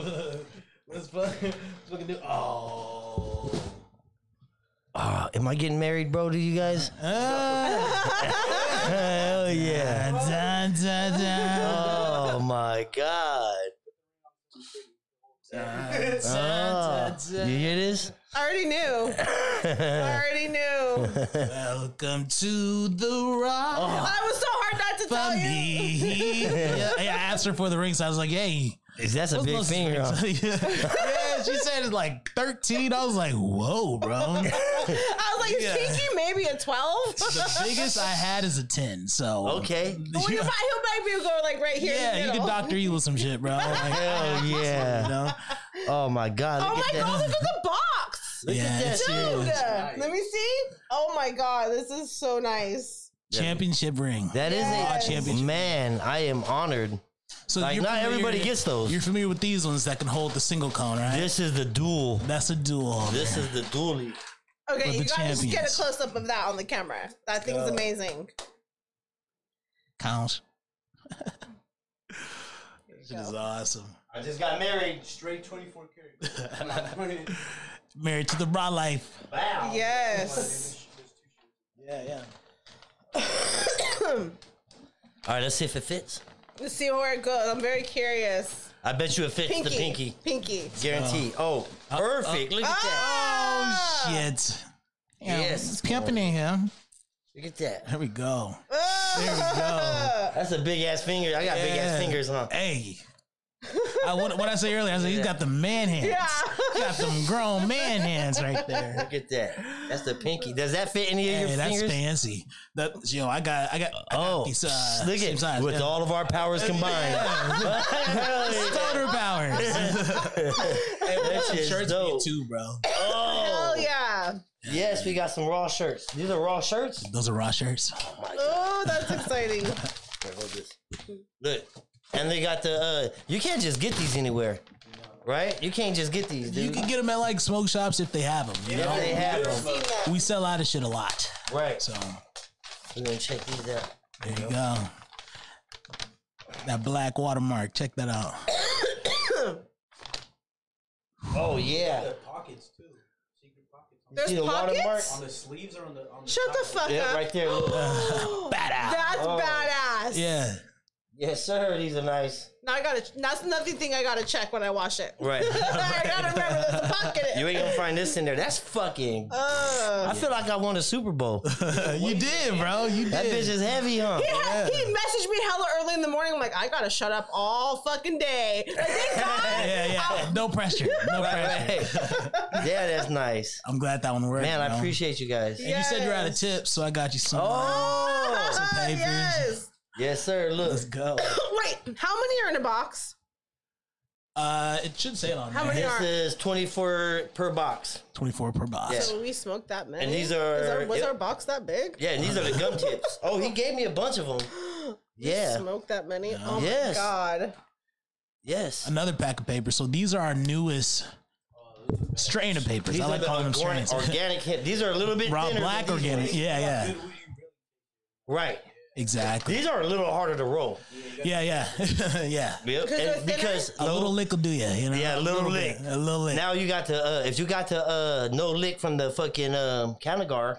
Let's fucking, let's fucking do. Oh.
uh, am I getting married, bro, to you guys? Hell Oh, yeah.
Dun, dun, dun, dun.
Oh my god. Oh, you hear this?
I already knew. I already knew.
Welcome to the rock.
I was so hard not
Oh.
to tell you.
Family. yeah, I asked her for the ring, so I was like, "Hey,
That's a
what's
big
most-
finger. huh?
yeah, she said it's like 13. I was like, "Whoa, bro!"
I was like, is
Yeah.
Pinky maybe a 12?
The biggest I had is a 10. So
Okay.
Well, you might, he'll might be going like right here.
yeah,
in
you
the
can
middle.
Doctor Evil some shit, bro. Like,
Hell
you
yeah.
know,
Oh my god!
Oh
Look
my
at that.
god, look at the box.
Look
Yeah,
at that
it's-
shit.
Dude,
nice.
let me see. Oh my god, this is so nice.
Championship ring.
That is
Yes.
a
Championship.
man. I am honored.
So
Like
you're
not
familiar-
everybody gets those.
You're familiar with these ones that can hold the single cone, right?
This is the duel.
That's a duel.
This is the dually.
Okay,
With
you
the
guys get a
champions.
close up of that on the camera. That thing is
God.
amazing.
counts. Shit is awesome.
I just got married.
Straight 24 karat.
Married to the bra life.
Wow.
Yes.
Yeah, yeah.
All right, let's see if it fits.
Let's see where it goes. I'm very curious.
I bet you it fits
Pinky.
the pinky.
Pinky.
Guarantee. Oh, perfect. Look at that.
Ah!
Shit. Yeah,
Yes.
It's company here.
Look at that.
There we go. There we
Ah!
go.
That's a big ass finger. I got big
Yeah.
ass fingers, huh?
Hey. I, what, what I say earlier, I said, you got the man hands.
Yeah.
You got them grown man hands right there.
Look at that. That's the pinky. Does that fit any of
Hey,
your
that's
fingers?
fancy. That yo, I got, I got. I got
Oh,
these, uh,
look
same
at
size,
with
yeah.
all of our powers combined. Hell yeah.
Stoner powers.
That shit's dope. Oh,
too, bro.
Hell yeah.
Yes, we got some raw shirts. These are raw shirts.
Those are raw shirts.
Oh, that's exciting.
Here, hold this. Look, and they got the. uh You can't just get these anywhere, right? You can't just get these, dude.
You can get them at like smoke shops if they have them. You
if
know,
they have them,
Seen that.
we sell out of shit a lot.
right?
So
We're gonna check these out.
there you go. That black watermark. Check that out.
Oh yeah,
The pockets too. Secret pockets. On the,
There's
See the watermark?
pockets.
on the sleeves or on the on the.
Shut the
top.
fuck
yeah,
up.
right there. Look.
Badass.
That's
Oh.
badass.
Yeah.
yes, sir. These are nice.
Now I gotta. That's another thing I gotta check when I wash it.
Right.
I gotta remember there's a pocket.
You ain't gonna find this in there. That's fucking.
Uh,
I feel like I won a Super Bowl.
you did, bro. You
That bitch
did.
is heavy, huh?
he, had- he messaged me hella early in the morning. I'm like, I gotta shut up all fucking day. Like, thank God.
Yeah, yeah. No pressure. No pressure.
Right, right. yeah, that's nice.
I'm glad that one worked.
Man,
bro.
I appreciate you guys.
And you said you're out of tips, so I got you some. uh,
Oh,
Some papers.
yes.
yes, sir. Look,
Let's go.
Wait, how many are in a box?
Oh.
Uh, it should say it on
How
there.
many
this
are?
is twenty four per box.
24 per box.
Yeah.
So we smoked that many.
And these
Is
are-
our, was
yep.
our box that big?
Yeah, and these are the gum tips. Oh, he gave me a bunch of them. Yeah.
Smoked that many? Oh
Yes.
my god.
Yes.
Another pack of papers. So these are our newest strain of papers.
These
I
are
like
the
calling them
organic,
strains.
organic hip. These are a little bit
Raw
thinner. than
black
these
organic.
ones.
Yeah, yeah.
Good, will you really-
Right.
Exactly.
These are a little harder to roll.
Yeah, yeah. yeah.
Yep.
Because
And
they're thinner?
because
A
no-
little lick will do you, you know?
Yeah, a little lick.
bit. A little lick.
now you got to uh, if you got to uh, no lick from the fucking um, Kanagar,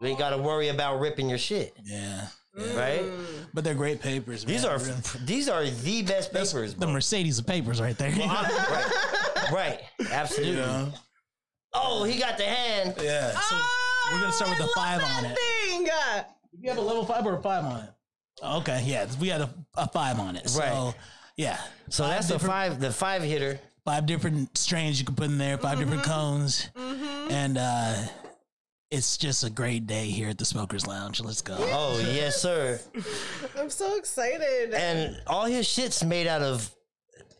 you ain't got to worry about ripping your shit.
yeah.
Mm.
Right.
But they're great papers.
These
man.
are
Really.
these are the best
That's
papers.
the
bro.
Mercedes of papers right there.
right. Right. Absolutely.
You know?
Oh, he got the hand.
Yeah. So
Ah!
we're going to start with
Oh, I
the
love
five on
that
it.
thing.
You have a level five or a five on it? Okay. Yeah. We had a, a five on it. So,
Right.
yeah.
So that's the
different-
five the five hitter.
five different strains you can put in there, 5 different cones, and uh, it's just a great day here at the Smokers Lounge. Let's go.
Oh yes, sir.
I'm so excited.
And all his shit's made out of.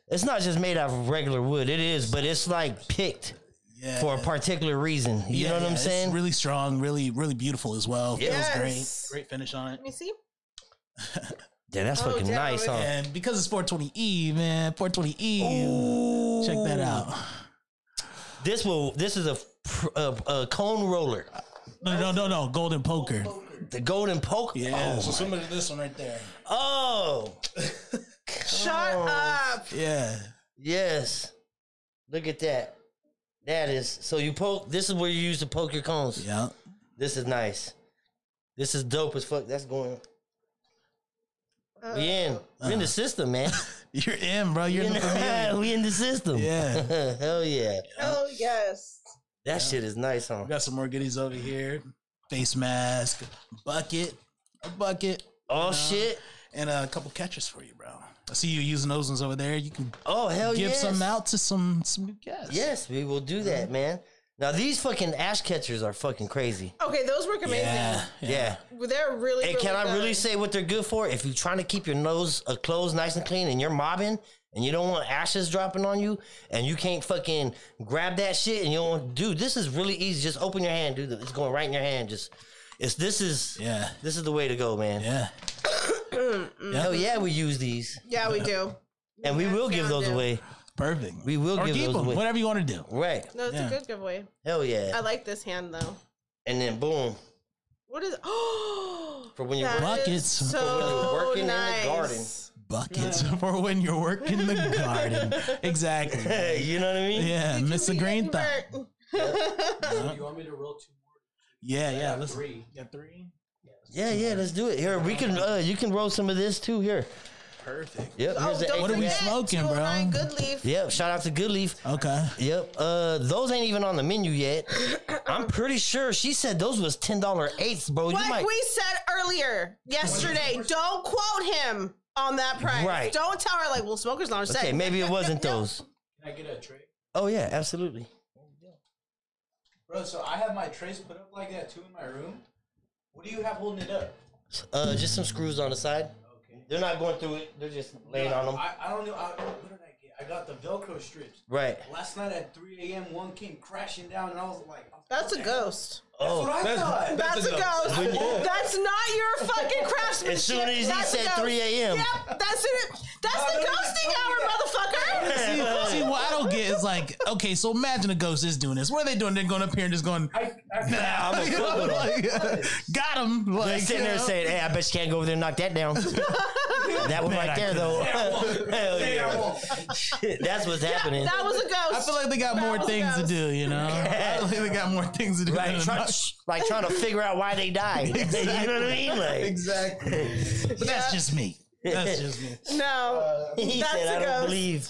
It's not just made out of regular wood. It is, but it's like picked
Yeah.
for a particular reason. You
Yeah,
know what
yeah,
I'm
it's
saying?
really strong, really, really beautiful as well.
Yes.
Feels great. Great finish on it.
Let me see.
yeah, that's
Oh,
fucking
damn,
nice,
it's-
huh?
And because it's 420 Eve, man, 420 Eve. Check that out.
This will. This is a, pr- a, a cone roller.
No, no, no, no. Golden poker.
The golden poker.
Yeah.
Oh,
so similar to this one right there.
oh,
Shut up.
Yeah.
yes. Look at that. That is so. You poke. This is where you use to poke your cones.
Yeah.
This is nice. This is dope as fuck. That's going.
Uh,
we in. We in the system, man.
You're in, bro. Uh-huh. You're in the familiar.
we in the system.
Yeah.
Hell yeah.
Oh yes.
That shit is nice, huh?
We got some more goodies over here. Face mask, bucket, a bucket,
Oh shit.
and a couple catches for you, bro. I see you using those ones over there. You can
Oh hell yeah.
give some out Uh-huh. to some some new guests.
Yes, we will do that, man. Now these fucking ash catchers are fucking crazy.
Okay, those work amazing.
Yeah.
Yeah.
They're really.
Hey, can
really
I
good.
really say what they're good for? If you're trying to keep your nose uh, closed, nice and clean, and you're mobbing, and you don't want ashes dropping on you, and you can't fucking grab that shit, and you don't want, dude, this is really easy. Just open your hand, dude. It's going right in your hand. Just, it's this is
Yeah.
this is the way to go, man.
Yeah.
Hell yeah, we use these,
Yeah, we do.
and we
Yeah,
will give
yeah,
those
dude.
away.
Perfect.
We will
or
give
keep
those
them,
away.
whatever you want to do.
Right?
No, it's
Yeah.
a good giveaway.
Hell
I
yeah.
like this hand though.
And then boom,
What is? Oh,
For when you work-
Buckets.
So
Working in the
nice.
garden.
Buckets for when you're working the garden. Exactly.
you know what I mean?
Yeah,
You
Mr.
be
Green Thumb.
ignorant.
Do you want me to roll two more?
Yeah, yeah.
I got
Let's,
three.
you got three?
Yeah, yeah, let's do it. Here, we can uh, you can roll some of this too. Here.
Perfect.
Yep.
Oh,
here's the
don't
What are we
forget,
smoking, bro?
209 Good leaf.
Yep, shout out to Good Leaf.
Okay.
Yep. Uh those ain't even on the menu yet. I'm pretty sure she said those was ten dollar eighths, bro.
Like
you might
we said earlier yesterday, don't quote him on that price.
Right.
Don't tell her like, well, smokers not said.
Okay, maybe it wasn't those.
Can I get a tray?
Oh yeah, absolutely.
Bro, so I have my trays put up like that too in my room. What do you have holding it up?
Uh just some screws on the side.
Okay.
They're not going through it, they're just laying on them.
I, I don't know. I, what did I get? I got the Velcro strips.
Right.
Last night at 3 a.m., one came crashing down, and I was like,
That's a
"What the hell?"
ghost.
Oh,
That's what I thought.
That's a ghost. That's not your fucking craftsmanship.
As soon as he
That's a
said
ghost.
3 a.m..
Yep, that's it. That's
No,
the
don't even
ghosting
tell me
hour, motherfucker.
See, uh, see, what I don't get is like, okay, so imagine a ghost is doing this. What are they doing? They're going up here and just going,
I, I,
nah,
I'm a
you know,
fool.
like, got him. Like,
Like, sitting
you
there
know?
saying, "Hey, I bet you can't go over there and knock that down." that one right
I
there, though. Hell
Hey, I
yeah.
won't.
That's what's happening.
That was a ghost.
I feel like they got more
was
things to
gross.
do, you know? I feel like they got more things to do.
like,
than
try,
not-
like trying to figure out why they died. you know what I mean? Like,
exactly. But that's just me. That's just me.
no.
he
That's
said,
a
"I don't
ghost.
believe."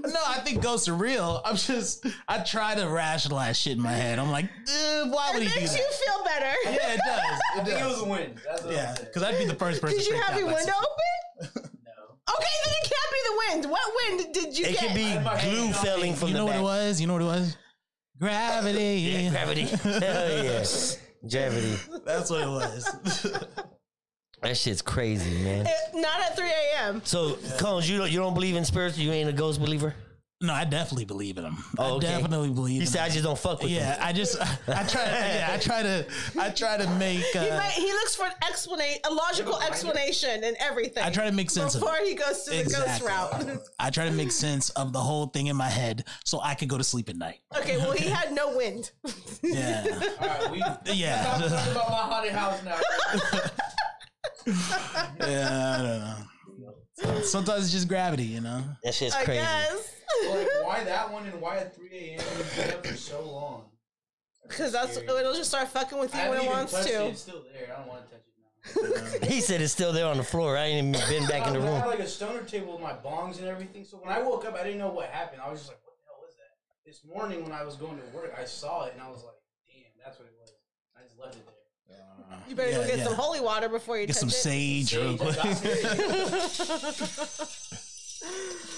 No, I think ghosts are real. I'm just, I try to rationalize shit in my head. I'm like, eh, why would
it
he do
makes
that?
you feel better.
yeah, it does.
I think it was a win. That's what
Yeah,
I said.
because I'd be the first person.
Did you
freaked
have
out
your
by
window
something.
open? Okay, then it can't be the wind. What wind did you
It
get?
could be
my
glue
hand on
failing
it.
from
You
the
know what
back.
it was? You know what it was? Gravity.
Yeah, gravity. Hell yeah, gravity.
That's what it was.
That shit's crazy, man.
It- not at 3 a.m.
So, Cones, you don't you don't believe in spirits? You ain't a ghost believer?
no, I definitely believe in them.
Oh, okay.
I definitely believe.
You
in
said I
'em.
just don't fuck with
yeah,
them.
I just I, I try. Yeah, I try to I try to make. Uh,
He, might, he looks for an explanation, a logical explanation and everything.
I try to make sense of it.
before he goes to the ghost
Exactly.
route.
I try to make sense of the whole thing in my head so I could go to sleep at night.
okay, well he had no wind.
Yeah,
All right, we.
Yeah.
Stop talking about my haunted house now.
yeah. I don't know. Sometimes it's just gravity, you know.
That shit's
I
crazy.
guess
like, why that one and why at 3 a.m. You've been up for so long?
because that's it'll just start fucking with
I
you when
haven't
it
even
wants
touched
to.
It. It's still there. I don't want to touch it
He said it's still there on the floor. I ain't even been back in
now.
the
I
room.
had like a stoner table with my bongs and everything. So when I woke up, I didn't know what happened. I was just like, what the hell was that? This morning when I was going to work, I saw it and I was like, damn, that's what it was. I just left it there.
You better go
Yeah,
get
yeah.
some holy water before you
Get
touch
some
it.
sage real
Sage, I
quick.
got it.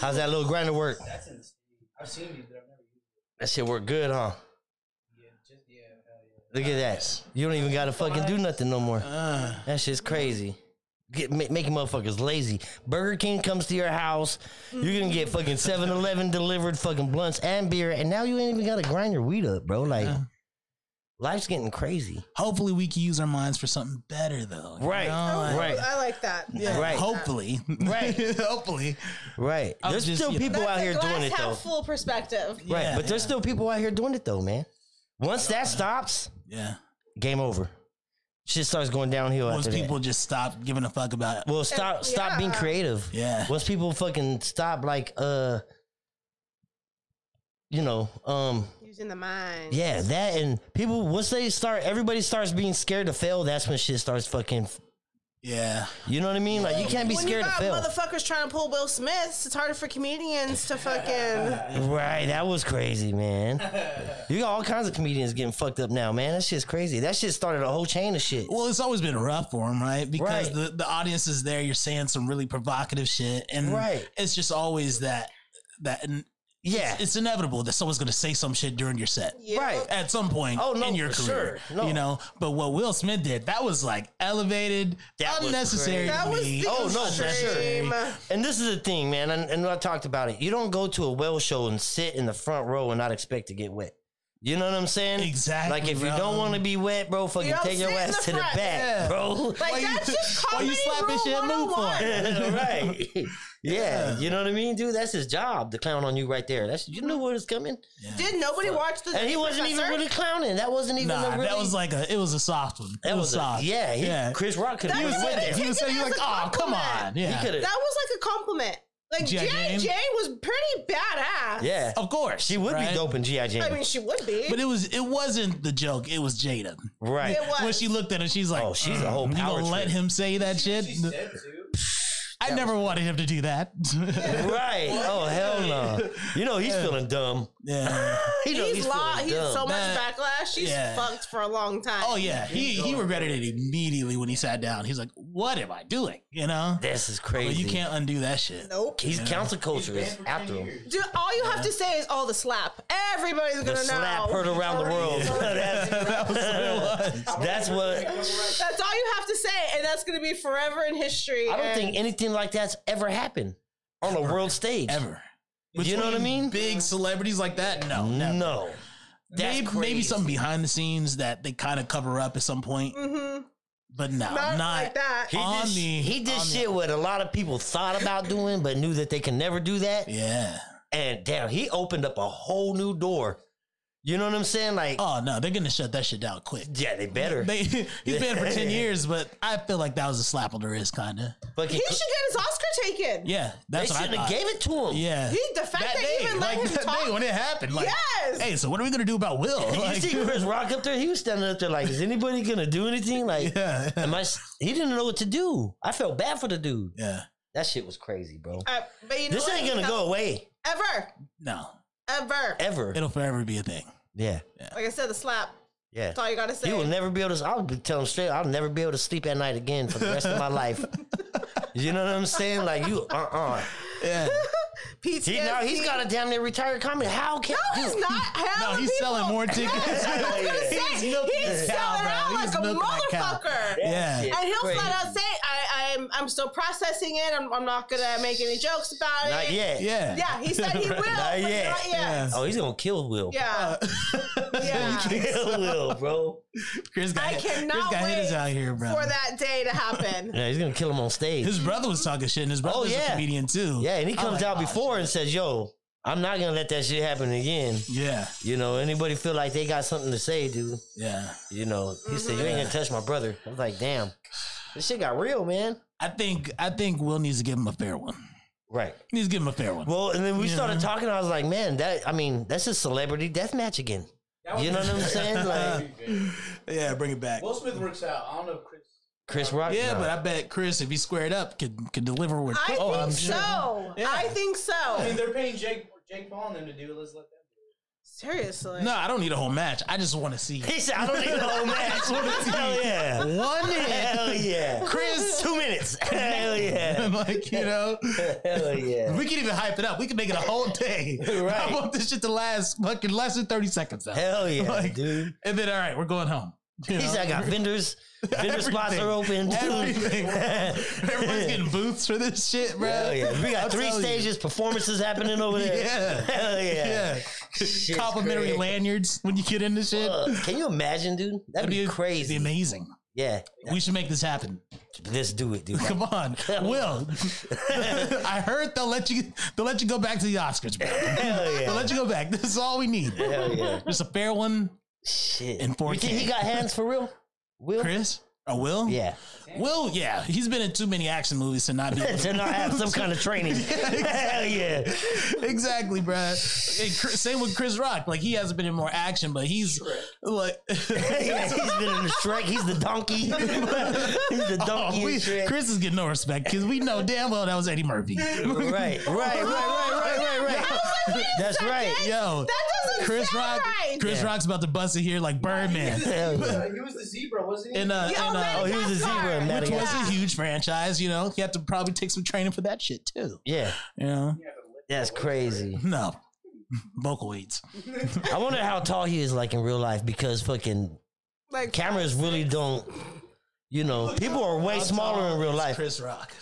How's that little grinder work?
That's in the state. I've seen these, but I've never used
That shit work good, huh?
it. Yeah, just, yeah, hell yeah.
Look at that. You don't even gotta fucking do nothing no more.
Uh,
That shit's crazy. Get ma- making motherfuckers lazy. Burger King comes to your house. You can get fucking 7-Eleven delivered fucking blunts and beer, and now you ain't even gotta grind your weed up, bro. Like life's getting crazy.
hopefully, we can use our minds for something better, though. you
Right.
know, like-
Oh,
Right.
I like that.
Yeah,
Right.
Hopefully.
Right.
hopefully.
Right.
I
There's
was just,
still
you know-
people
That's
out
a
here
glass
doing it
half
though.
full perspective.
Right.
Yeah,
but there's
yeah.
still people out here doing it though, man. Once that stops,
Yeah.
game over. Shit starts going downhill
Once
after
people
that.
just stop giving a fuck about
Well, stop stop being
yeah.
creative.
Yeah.
Once people fucking stop like uh you know, um
Using the mind.
Yeah, that and people once they start, everybody starts being scared to fail. That's when shit starts fucking.
Yeah.
You know what I mean? Like you can't be
when you
scared to
got
fail.
motherfuckers trying to pull Will Smiths, it's harder for comedians to fucking.
Right, that was crazy, man. You got all kinds of comedians getting fucked up now, man. That shit's crazy. That shit started a whole chain of shit.
Well, it's always been rough for him, right? Because
Right.
the, the audience is there. You're saying some really provocative shit, and
Right.
it's just always that that
yeah.
It's inevitable that someone's gonna say some shit during your set.
Yeah.
Right.
At some point
Oh, no,
in your
for
career,
sure. No.
you know. But what Will Smith did, that was like elevated,
That was
unnecessary.
crazy.
to
That was
me.
the
Oh, no, for sure.
extreme.
And this is the thing, man, and, and I talked about it. You don't go to a well show and sit in the front row and not expect to get wet. You know what I'm saying?
Exactly,
Like if
bro.
you don't want to be wet, bro, fucking
don't
take your
sit in
ass
the
to the
front.
back,
Yeah.
bro.
Like, that's just
why you
comedy
slapping
rule
shit move for?
101.
right. Yeah. you know what I mean, dude. That's his job to clown on you right there. That's you knew what was coming,
Did nobody watch the?
and he wasn't even
Professor?
really clowning. That wasn't even a
Nah,
really.
that was like a. It was a soft one.
that
it was,
was a-
soft.
yeah, he,
yeah.
Chris Rock could
That
have
was
been with
it.
there.
He was saying,
Take it
"Like,
as a
oh, come
compliment."
on, yeah."
He could have.
That was like a compliment. Like
G.I.
GI
Jane?
Jane was pretty badass.
Yeah,
Of course,
she would
right?
be dope in GI Jane.
I mean, she would be.
But it was. It wasn't the joke. It was Jada.
right.
It was.
When she looked at him, she's like,
Oh, she's a
"Mm,
whole
You
power
gonna let
trip."
him say that shit?
She said too.
I never wanted him to do that.
Right. Oh hell no. You know he's feeling dumb.
yeah.
He know
he's,
he's
lo-
feeling
He's
dumb.
so much
That-
backlash. She's
yeah.
fucked for a long time.
Oh yeah. He he regretted it immediately when he sat down. He's like, "What am I doing?" You know.
this is
But
crazy.
you can't undo that shit.
Nope.
He's council culture
Banned
is
for 10
after him.
years.
Dude, all you have to say is all the slap. Everybody's
The
gonna
slap
know.
heard around the world. that's,
that was what it was.
that's what.
That's all you have to say, and that's gonna be forever in history.
I don't
and-
think anything like that's ever happened on a world stage.
Ever.
You know what I
Between
mean?
Big celebrities like that? No. never.
No. That's
maybe,
crazy.
maybe something behind the scenes that they kind of cover up at some point,
Mhm.
but no,
Not,
not,
like that.
He
on
did, sh-
the-
he did
on the-
shit what a lot of people thought about doing, but knew that they can never do that.
Yeah.
And damn, he opened up a whole new door. You know what I'm saying? Like,
Oh no, they're gonna shut that shit down quick.
yeah, they better.
They he's been for ten years, but I feel like that was a slap on the wrist, kind of.
Fucking,
he should get his Oscar taken.
Yeah, that's
they
what
should
I
have
thought.
gave it to him.
yeah,
He, the fact that, he even let
like
him
that
talk.
day when it happened, like,
Yes.
hey, so what are we gonna do about Will? Like,
you see Chris Rock up there? He was standing up there like, is anybody gonna do anything? Like,
yeah,
am I? s- He didn't know what to do. I felt bad for the dude.
yeah,
That shit was crazy, bro.
Uh, but you know
this
what?
ain't gonna
No.
go away
ever,
no,
ever.
ever.
it'll forever be a thing.
Yeah,
Like I said, the slap.
yeah.
That's all you gotta say.
You will never be able to. I'll be telling him straight. I'll never be able to sleep at night again for the rest of my life. You know what I'm saying? Like you, uh, uh
Yeah,
Pete's
He now he's got a damn near retired comedy. How can?
No, he's not. Hell
no, he's selling more tickets.
He's,
milking
he's selling
that cow, bro.
out
He's
like a
milking that cow.
motherfucker.
Yeah.
Shit,
And he'll
crazy.
flat out say, I, I'm, I'm still processing it. I'm, I'm not gonna make any jokes about
Not
it.
yet.
yeah,
Yeah, he said he will.
Not
but
yet.
Not
Yeah. Oh,
yet.
Oh, he's gonna kill Will.
Yeah. Yeah.
Kill Will, bro.
Chris got,
I
hit- Chris
cannot
got hit
wait
us out here, bro.
For that day to happen.
Yeah, he's gonna kill him on stage.
His brother was talking shit, and his brother's
Oh,
yeah.
a comedian too.
Yeah, and he
I'm
comes
like,
out
"Oh,
before and says, "Yo, I'm not gonna let that shit happen again."
Yeah,
You know, anybody feel like they got something to say, dude?
yeah.
You know, he said,
Mm-hmm.
"You ain't gonna touch my brother." I was like, "Damn, this shit got real, man."
I think I think Will needs to give him a fair one.
Right.
Needs to give him a fair one.
Well, and then we
Yeah.
started talking. I was like, "Man, that I mean, that's a celebrity death match again." You know what I'm saying? Like
yeah, bring it back.
Will Smith works out. I don't know if Chris.
Chris Rock.
yeah,
nah.
but I bet Chris, if he squared up, could could deliver with. Oh,
I think so.
Yeah.
I think so.
I mean, they're paying Jake Jake Paul and them to do it. Let's let them. do it.
Seriously.
No, I don't need a whole match. I just want to see
he said, "I don't need a whole match." Hell yeah!
one hit.
Hell yeah!
Chris.
two minutes. Hell yeah!
like you know,
Hell yeah!
we can even hype it up. We can make it a whole day.
Right.
I want this shit to last fucking less than thirty seconds. Though.
Hell yeah,
Like,
dude.
And then all right, we're going home. You
He
know?
said, "I got vendors. Vendor spots are open." dude."
Everything. Everyone's getting booths for this shit, bro.
Hell yeah. We got
I'm
three
telling you.
stages, performances happening over there.
Yeah.
Hell yeah.
Yeah.
Shit's
Complimentary
crazy.
lanyards when you get into shit.
Uh, can you imagine, dude? That'd be,
it'd
crazy.
be amazing.
yeah.
We should make this happen.
Let's do it, dude.
Come on, Will. I heard they'll let you. They'll let you go back to the Oscars, bro.
Hell
They'll
yeah.
let you go back. This is all we need.
Hell yeah.
Just a fair one,
Shit.
In 4K.
You think he got hands for real? Will?
Chris. Or Will?
Yeah.
Will, yeah. He's been in too many action movies to not be able
To
to.
not have some kind of training. Hell yeah.
exactly, bro. same with Chris Rock. Like, he hasn't been in more action, but he's like.
yeah. He's been in the Shrek. He's the donkey. he's the
Oh,
donkey
we-
in Shrek.
Chris is getting no respect because we know damn well that was Eddie Murphy.
Right, right, right, right, right, right, right. That's right.
Yo,
That doesn't
Chris
sound
Rock,
right.
Chris
Yeah.
Rock's about to bust it here like Birdman.
Hell yeah.
He was the zebra, wasn't he?
And uh,
Yeah,
and, uh,
Oh, he was a zebra in
which was
Madagascar.
a huge franchise. You know, he had to probably take some training for that shit too.
Yeah.
You know,
That's crazy.
no, Vocaloids.
I wonder how tall he is like in real life because fucking
Like
cameras really don't. You know, people are way
How
smaller
tall
in real
is
life.
Chris Rock.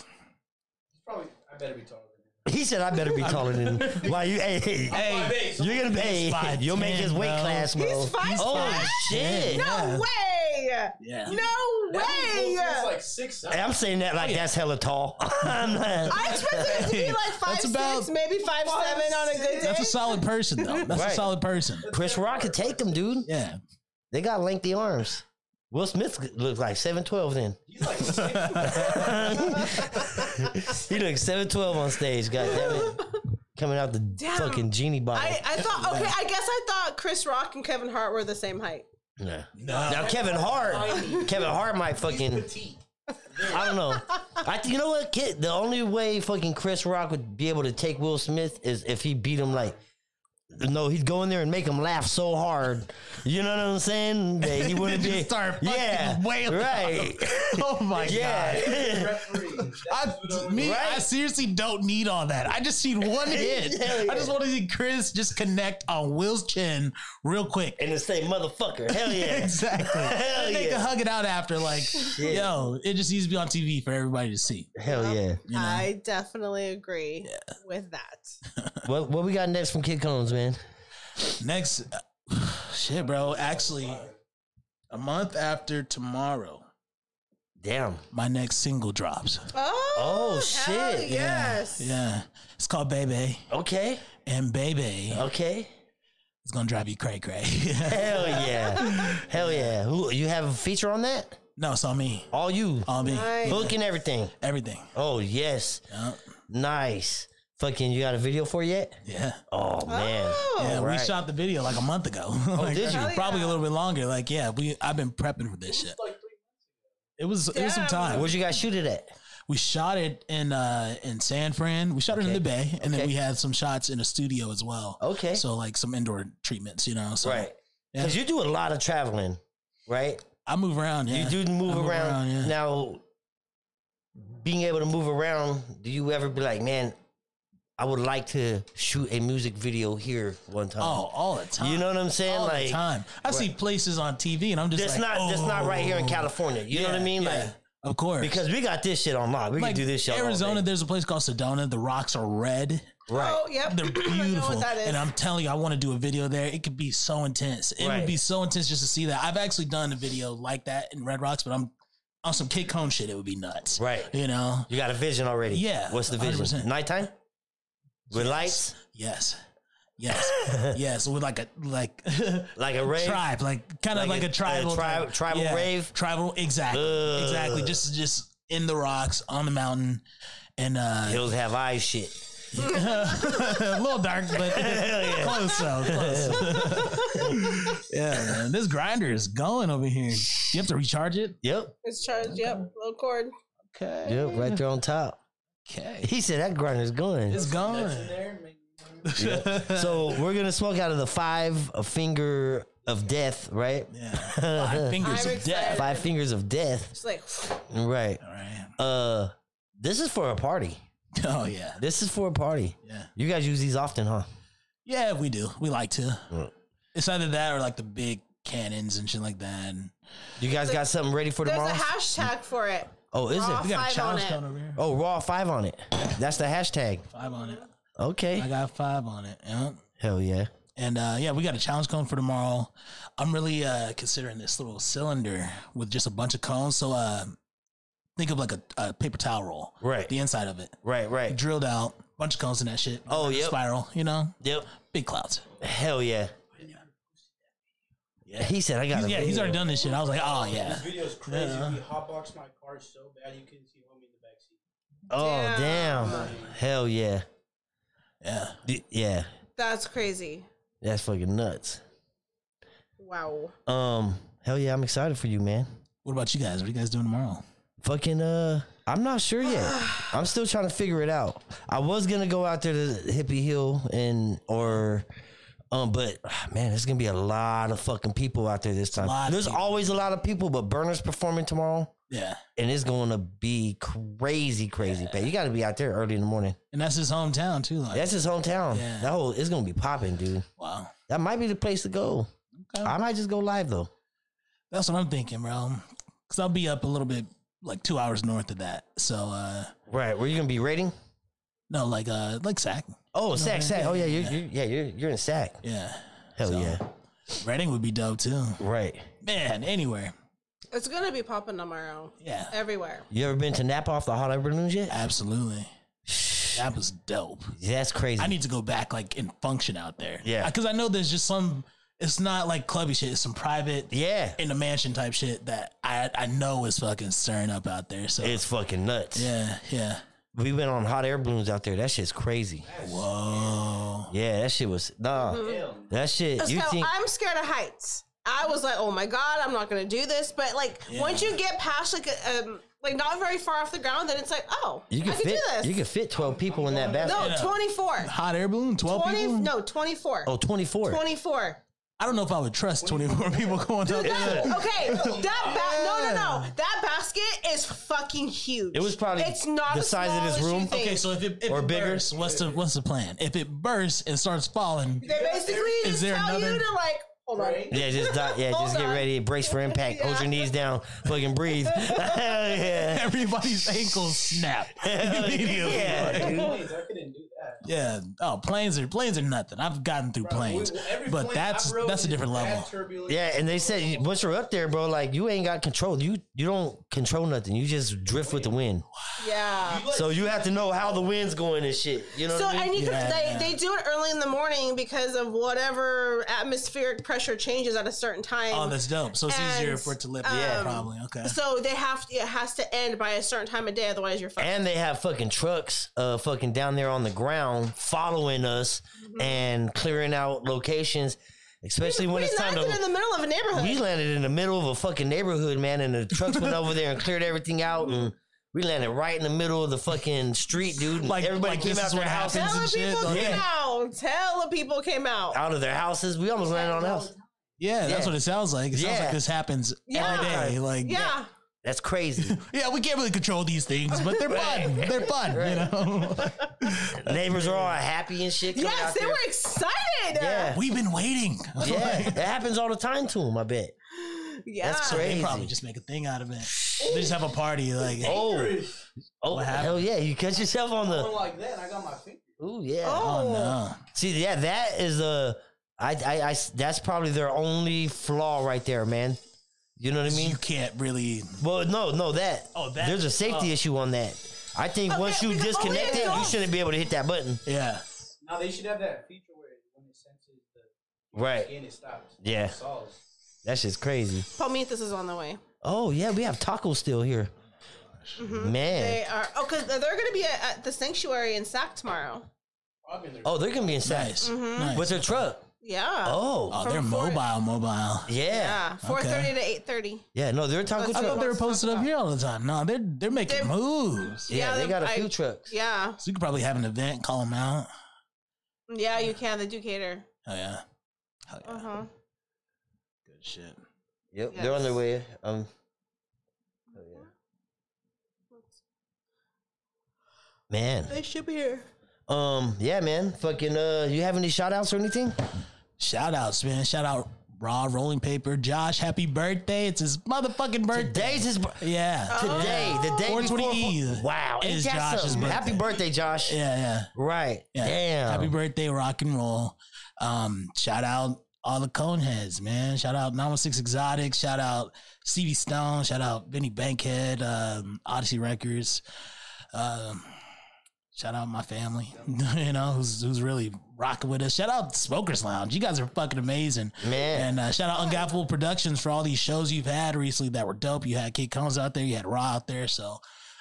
Probably, I better be taller than
He said, "I better be taller than." Why you? Hey, hey,
him. My base.
you're gonna pay.
five
You'll make his
ten,
weight
bro.
class, bro.
He's five
oh
five?
shit!
No
Yeah.
way!
Yeah.
No
That dude's
way!
almost like six.
Hey, I'm saying that
Oh,
like that's hella tall. I'm not-
I expected him to be like five
That's about-
six, maybe five,
Five,
seven on a good day.
That's a solid person though. That's
Right.
a solid person.
Chris Rock could take them, dude.
Yeah.
They got lengthy arms. Will Smith looks like seven twelve. Then
He's like six.
he looks seven twelve on stage. God damn it, coming out the
Damn.
fucking genie bottle.
I, I thought okay. I guess I thought Chris Rock and Kevin Hart were the same height.
Yeah.
No.
Now Kevin Hart, Kevin Hart might fucking.
petite.
I don't know. I th- you know what, kid? The only way fucking Chris Rock would be able to take Will Smith is if he beat him like. No, he'd go in there and make him laugh so hard. You know what I'm saying? That he wouldn't
Just
be.
start fucking
yeah,
wailing.
right.
Oh my god.
yeah.
Referee. That's
I,
what I'm-
me, I
Right.
seriously don't need all that. I just need one hit.
Hell yeah.
I just want to see Chris just connect on Will's chin real quick.
and to say motherfucker, hell yeah,
Exactly.
Hell
and they
yeah.
can hug it out after, like, yo, it just needs to be on TV for everybody to see.
hell yeah.
I definitely agree with that.
What what we got next from Kid Combs, man?
Next, uh, shit, bro. Actually, a month after tomorrow,
Damn,
my next single drops.
Oh,
Oh,
hell
shit.
Yes.
Yeah. It's called Baby.
okay,
And Baby
okay,
is going to drive you cray cray.
hell yeah, hell yeah. Who you have a feature on that?
no, it's on me.
All you
On me.
Nice.
book and everything.
Everything.
Oh yes,
Yeah.
nice. Fucking, you got a video for it yet?
Yeah.
Oh man,
Oh,
Right.
Yeah,
Oh,
we shot the video like a month ago. like,
did you? Hell
Probably
yeah.
a little bit longer. Like, yeah, we I've been prepping for this shit. It was it was some
Damn.
time.
where'd you guys shoot it at?
We shot it in uh in San Fran. We shot it in
Okay.
the bay, and
Okay.
then we had some shots in a studio as well.
Okay.
so like some indoor treatments, you know. So
Right, because you do a lot of traveling, right?
I move around. Yeah.
You do move
I
around.
yeah.
Now, being able to move around, do you ever be like, man, I would like to shoot a music video here one time?
Oh, all the time.
you know what I'm saying?
all
like,
the time. I see places on TV, and I'm just
that's
like,
not that's not right here in
oh.
California. You know what I
Yeah,
mean?
yeah,
Like,
of course,
because we got this shit on lock. We
like
can do this shit. all day.
Arizona, there's a place called Sedona. The rocks are red.
right?
oh, yep.
They're
I know
beautiful.
what that is.
And I'm telling you, I want to do a video there. It could be so intense. It
Right.
would be so intense just to see that. I've actually done a video like that in Red Rocks, but I'm on some kick home shit. It would be nuts.
Right.
You know?
You got a vision already.
Yeah,
What's the vision?
100%.
Nighttime with lights,
Yes. Yes. yes. With like a like
like a rave.
tribe. Like kind of
Like
like,
a-
a, tribal
a tri-
type.
tribal rave?
Tribal exactly.
Ugh.
Exactly. Just just in the rocks, on the mountain. And uh
Hills have eyes. Shit.
a little dark, but close though. Close. yeah, man. This grinder is going over here. You have to recharge it.
Yep.
it's charged. Yep. Low cord.
Okay.
Yep. Right there on top.
Okay.
He said that grinder's going.
It's
Nuts
going.
in there, make-
So we're gonna smoke out of the five a finger of death, right?
Yeah. Five fingers
I'm
of death.
Five fingers of death,
It's like
right?
All right.
Uh, this is for a party.
Oh yeah.
This is for a party.
Yeah.
You guys use these often, huh?
Yeah, we do. We like to.
Mm.
It's either that or like the big cannons and shit like that. And
You guys got something ready for
there's
tomorrow?
a hashtag for it.
oh, is
we
it?
got
Five
a challenge
on it.
going over here.
Oh, raw five on it. That's the hashtag.
Five on it. I
Okay.
got five on it. Yeah.
Hell yeah.
And uh, yeah, we got a challenge cone for tomorrow. I'm really uh, considering this little cylinder with just a bunch of cones. So uh, think of like a, a paper towel roll,
Right.
The inside of it,
Right. Right.
drilled out, bunch of cones in that shit.
Oh,
Like a
yep.
spiral, you know,
Yep.
big clouds.
Hell yeah.
Yeah.
He said I got.
He's,
a
yeah, he's
video.
already done this shit. I was like, oh yeah,
This video is crazy.
Yeah.
We hotboxed my car so bad you couldn't see homie in the backseat.
Oh damn. Hell yeah.
yeah.
D- Yeah.
That's crazy.
That's fucking nuts.
Wow.
Um. Hell yeah. I'm excited for you, man.
What about you guys? What are you guys doing tomorrow?
Fucking uh, I'm not sure yet. I'm still trying to figure it out. I was gonna go out there to Hippie Hill and or, um, but ah, man, there's gonna be a lot of fucking people out there this time.
lot of
There's
people.
always a lot of people, but Burner's performing tomorrow.
Yeah.
and it's going to be crazy, crazy. But you got to be out there early in the morning.
And that's his hometown too. Like
That's his hometown.
Yeah.
That whole it's going to be popping, dude.
wow.
That might be the place to go.
Okay.
I might just go live though.
That's what I'm thinking, bro. Cause I'll be up a little bit like two hours north of that. So uh
Right? Where you going to be rating?
no, like uh like Sac.
Oh, Sac,
man.
Sac. Oh yeah, you're,
Yeah.
you're yeah you're you're in Sac.
Yeah.
Hell
So-
yeah.
Reading would be dope too.
Right.
Man, anywhere.
It's gonna be popping tomorrow.
Yeah.
Everywhere.
You ever been to Napa off the Hot Air Balloons yet?
Absolutely. That was dope.
That's crazy.
I need to go back like and function out there.
Yeah.
Because I know there's just some it's not like clubby shit, it's some private
yeah.
in the mansion type shit that I I know is fucking stirring up out there. So
It's fucking nuts.
yeah, yeah.
We went on hot air balloons out there. That shit's crazy.
Whoa.
Yeah, that shit was nah.
Mm-hmm.
That shit. You
so
think
I'm scared of heights. I was like, oh my god, I'm not gonna do this. But like,
Yeah.
once you get past like a, um, like not very far off the ground, then it's like, oh,
you can
I can
fit?
do this.
You can fit twelve people in that basket.
no,
Yeah.
24,
Hot air balloon, twelve
20,
people.
no, 24,
Oh, 24.
24.
I don't know if I would trust twenty four people going out there.
That- okay, that ba- no, no, no, that basket is fucking huge.
It was probably
it's not
the
as
size of
small
this
as you
room.
think.
Okay, so if it if
Or
it
bigger.
bursts, what's the what's the plan? If it bursts and starts falling,
they basically
Is
just
there
tell you
another-
to like, hold on.
Right?
Yeah, just die. yeah,
Hold
just get
on.
ready. Brace for impact. Hold your
Yeah.
knees down. Fucking breathe. yeah.
everybody's ankles snap immediately.
Yeah.
Like,
Planes, I couldn't do that.
yeah. Oh, planes are planes are nothing. I've gotten through planes,
Every
but
plane
that's
I rode
that's a
in
different
bad
level.
turbulence.
Yeah, and they said once you're up there, bro, like you ain't got control. You you don't control nothing. You just drift with the wind.
Yeah.
So you have to know how the wind's going and shit. You know
So
what I mean?
and you
Yeah,
could, they,
yeah.
they do it early in the morning because of whatever atmospheric pressure changes at a certain time.
Oh, that's dope. So it's
And, um,
easier for it to lift.
Yeah.
yeah, probably. Okay.
so they have to, it has to end by a certain time of day, otherwise you're fucked.
and they have fucking trucks uh fucking down there on the ground following us
Mm-hmm.
and clearing out locations especially when
we
it's time
landed in
to
the middle of a neighborhood.
we landed in the middle of a fucking neighborhood man and the trucks went over there and cleared everything out and we landed right in the middle of the fucking street dude and
Like-
everybody
like
came
this
out
is
their
what
houses
happens.
Tell the
and shit,
people
though.
came
Yeah.
out. Tell the people came out.
out of their houses we almost landed on us
yeah,
Yeah.
that's what it sounds like. It sounds
Yeah.
like this happens every
Yeah.
day. Like
Yeah.
that's crazy
yeah, we can't really control these things, but they're fun. They're fun, you know.
neighbors are all happy and shit coming
Yes,
out
they
there.
were excited.
yeah
We've been waiting.
yeah it happens all the time to them i bet
Yeah.
That's
So they
Crazy.
probably just make a thing out of it. They just have a party, like oh,
oh oh
happened?
hell yeah you catch yourself on
Going
the
like that, and I got my finger.
ooh yeah
Oh,
no,
See, yeah, that is a. I, I, I, that's probably their only flaw right there, man. You know what I mean?
you can't really.
Well, no, no, that. Oh,
Oh, that-
There's a safety
oh.
issue on that. I think
Okay,
once you
because only
disconnect it, you
adults-
shouldn't be able to hit that button.
Yeah,
Now they should have that feature where when it senses the
Right.
skin, it stops.
Yeah.
It solves.
That's just crazy.
Palmitas is on the way.
Oh yeah, we have tacos still here. Man.
They are. Oh, because they're going to be at, at the sanctuary in Sac tomorrow.
Probably in their
oh, they're gonna be inside
nice, nice.
with their truck.
Yeah.
Oh.
oh, they're
From Fort-
mobile, mobile.
Yeah. Uh,
Yeah, four thirty to eight thirty.
yeah. No, they're a taco
That's
I
truck.
thought they were posted up here all the time. No, they're they're making
They're-
moves.
yeah,
yeah,
they got a
I-
few trucks.
Yeah,
So you could probably have an event, call them out.
yeah, you can. They do cater.
Oh yeah, oh yeah,
Uh huh.
good shit.
Yep,
Yes.
they're on their way. Um. oh, yeah. Man.
They should be here.
Um, yeah, man. Fucking uh you have any shout outs or anything?
Shout outs, man. Shout out Raw Rolling Paper. Josh, happy birthday. It's his motherfucking birthday.
Today's his br- today,
Yeah.
the day before
420 Eve
Wow, ain't
is
that
Josh's
something?
birthday.
Happy birthday, Josh.
Yeah, yeah.
Right.
Yeah.
Damn.
Happy birthday, rock and roll. Um, shout out all the Coneheads, man. Shout out 916 Exotics. Shout out Stevie Stone. Shout out Vinny Bankhead, um, Odyssey Records. Um, shout out my family, you know, who's, who's really rocking with us. Shout out Smokers Lounge. You guys are fucking amazing.
man.
And uh, shout out Ungaffable Productions for all these shows you've had recently that were dope. You had Kid Combs out there, you had Raw out there. So,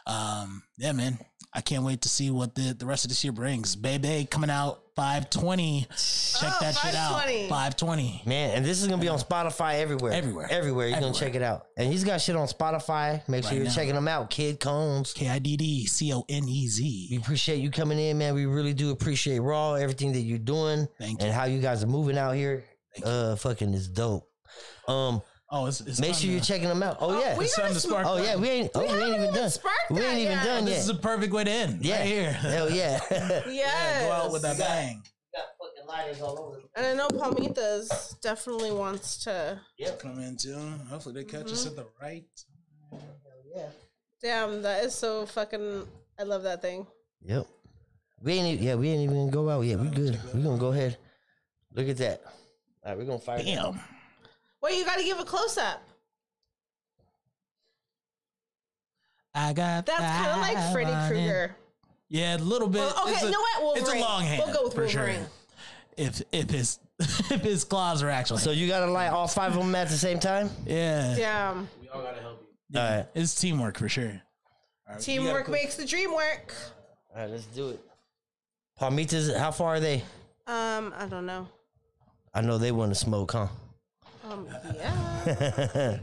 um, yeah, man, I can't wait to see what the, the rest of this year brings. Bebe coming out 520. Check
Oh,
that shit out.
520.
520.
Man, and this is gonna be on Spotify everywhere.
Everywhere.
Everywhere. You're gonna
Everywhere.
check it out. And he's got shit on Spotify. Make sure
Right
you're
now.
checking him out. Kid Combs.
K I D D C O N E
We
Z.
appreciate you coming in, man. We really do appreciate Raw, everything that you're doing
Thank
and
you.
how you guys are moving out here. Uh fucking is dope. Um
Oh, it's, it's
Make
time
sure you're
to-
checking them out. Oh, yeah.
we
It's time
gotta
to
sm-
spark.
Oh yeah, we ain't. Oh, we, ain't
haven't
even
even
done.
sparked
We
that
ain't even
yet.
done
This
yet.
is a perfect way to end.
yeah.
Right here.
Hell yeah.
Yes.
Yeah, go out with a bang.
got fucking lighters all over.
And I know Palmitas definitely wants to.
Yep.
Come in too. Hopefully they catch
Mm-hmm.
us at the right.
Yeah.
Damn, that is so fucking. I love that thing.
Yep. We ain't. Even, yeah, we ain't even gonna go out yet. We good. We gonna go ahead. Look at that. All right, we're gonna fire. that.
Damn.
Wait, you gotta give a close up.
I got
That's kind of like Freddy
five on it.
Krueger.
Yeah, a little bit.
Well, okay,
It's a,
you know what? Wolverine.
It's a long hand.
We'll go with
for sure.
Wolverine.
If if his if his claws are actual,
So you gotta light all five of them at the same time.
yeah,
Damn.
We all gotta help you.
All right.
it's teamwork for sure.
Teamwork makes the dream work.
All right, let's do it. Palmitas, how far are they?
Um, I don't know.
I know they want to smoke, huh?
Um, yeah.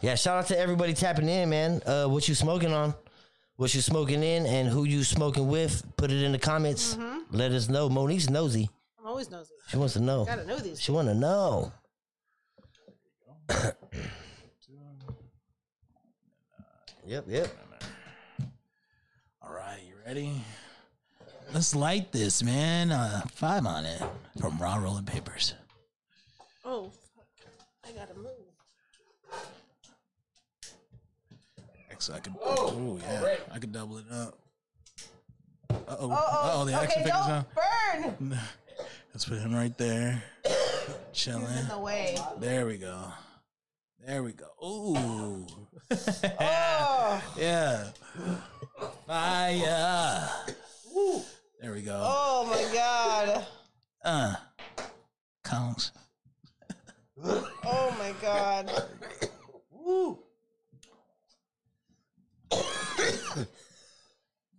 Yeah, shout out to everybody tapping in, man. Uh, what you smoking on? What you smoking in, and who you smoking with? Put it in the comments. Let us know. Monique's nosy.
I'm always nosy.
She wants to know.
Gotta know these.
She want to know. yep, yep.
All right, you ready? Let's light this, man. Uh, five on it from Raw Rolling Papers.
Oh, fuck. I gotta move.
Actually, I could. Oh yeah, I could double it up. Uh oh. Uh
Oh,
oh. The action
okay,
figures
don't
on.
burn.
Let's put him right there. Chilling.
In the way.
There we go. There we go. Ooh.
Oh,
Yeah. Fire. There we go.
oh my god.
Uh. Counts.
Oh my god.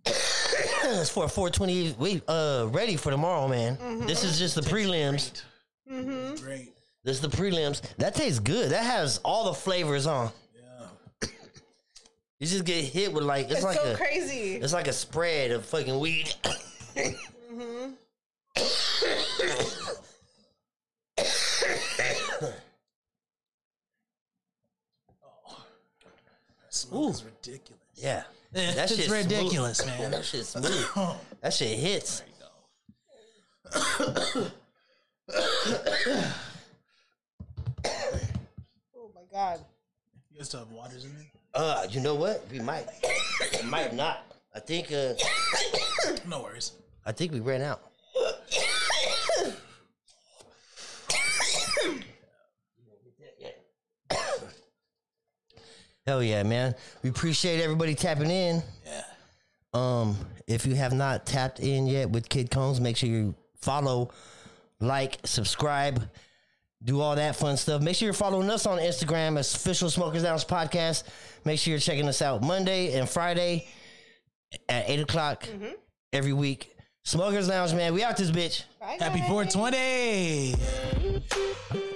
That's for 420. We uh ready for tomorrow, man. This is just the prelims.
Great.
This is the prelims. That tastes good. That has all the flavors on.
Yeah.
You just get hit with like it's,
It's
like
so
a
crazy.
it's like a spread of fucking weed.
Smoke is ridiculous.
Yeah,
That
shit's
it's
smooth.
ridiculous, man.
that shit's smooth. that shit hits.
Oh my god.
You guys still have waters in there?
Uh, you know what? We might, we might not. I think uh,
No worries.
I think we ran out. Hell yeah, man. We appreciate everybody tapping in.
Yeah.
Um, if you have not tapped in yet with Kid Combs, make sure you follow, like, subscribe, do all that fun stuff. Make sure you're following us on Instagram as Official Smokers Lounge Podcast. Make sure you're checking us out Monday and Friday at eight o'clock every week. Smokers Lounge, man. We out this bitch.
Bye,
Happy
guys.
420.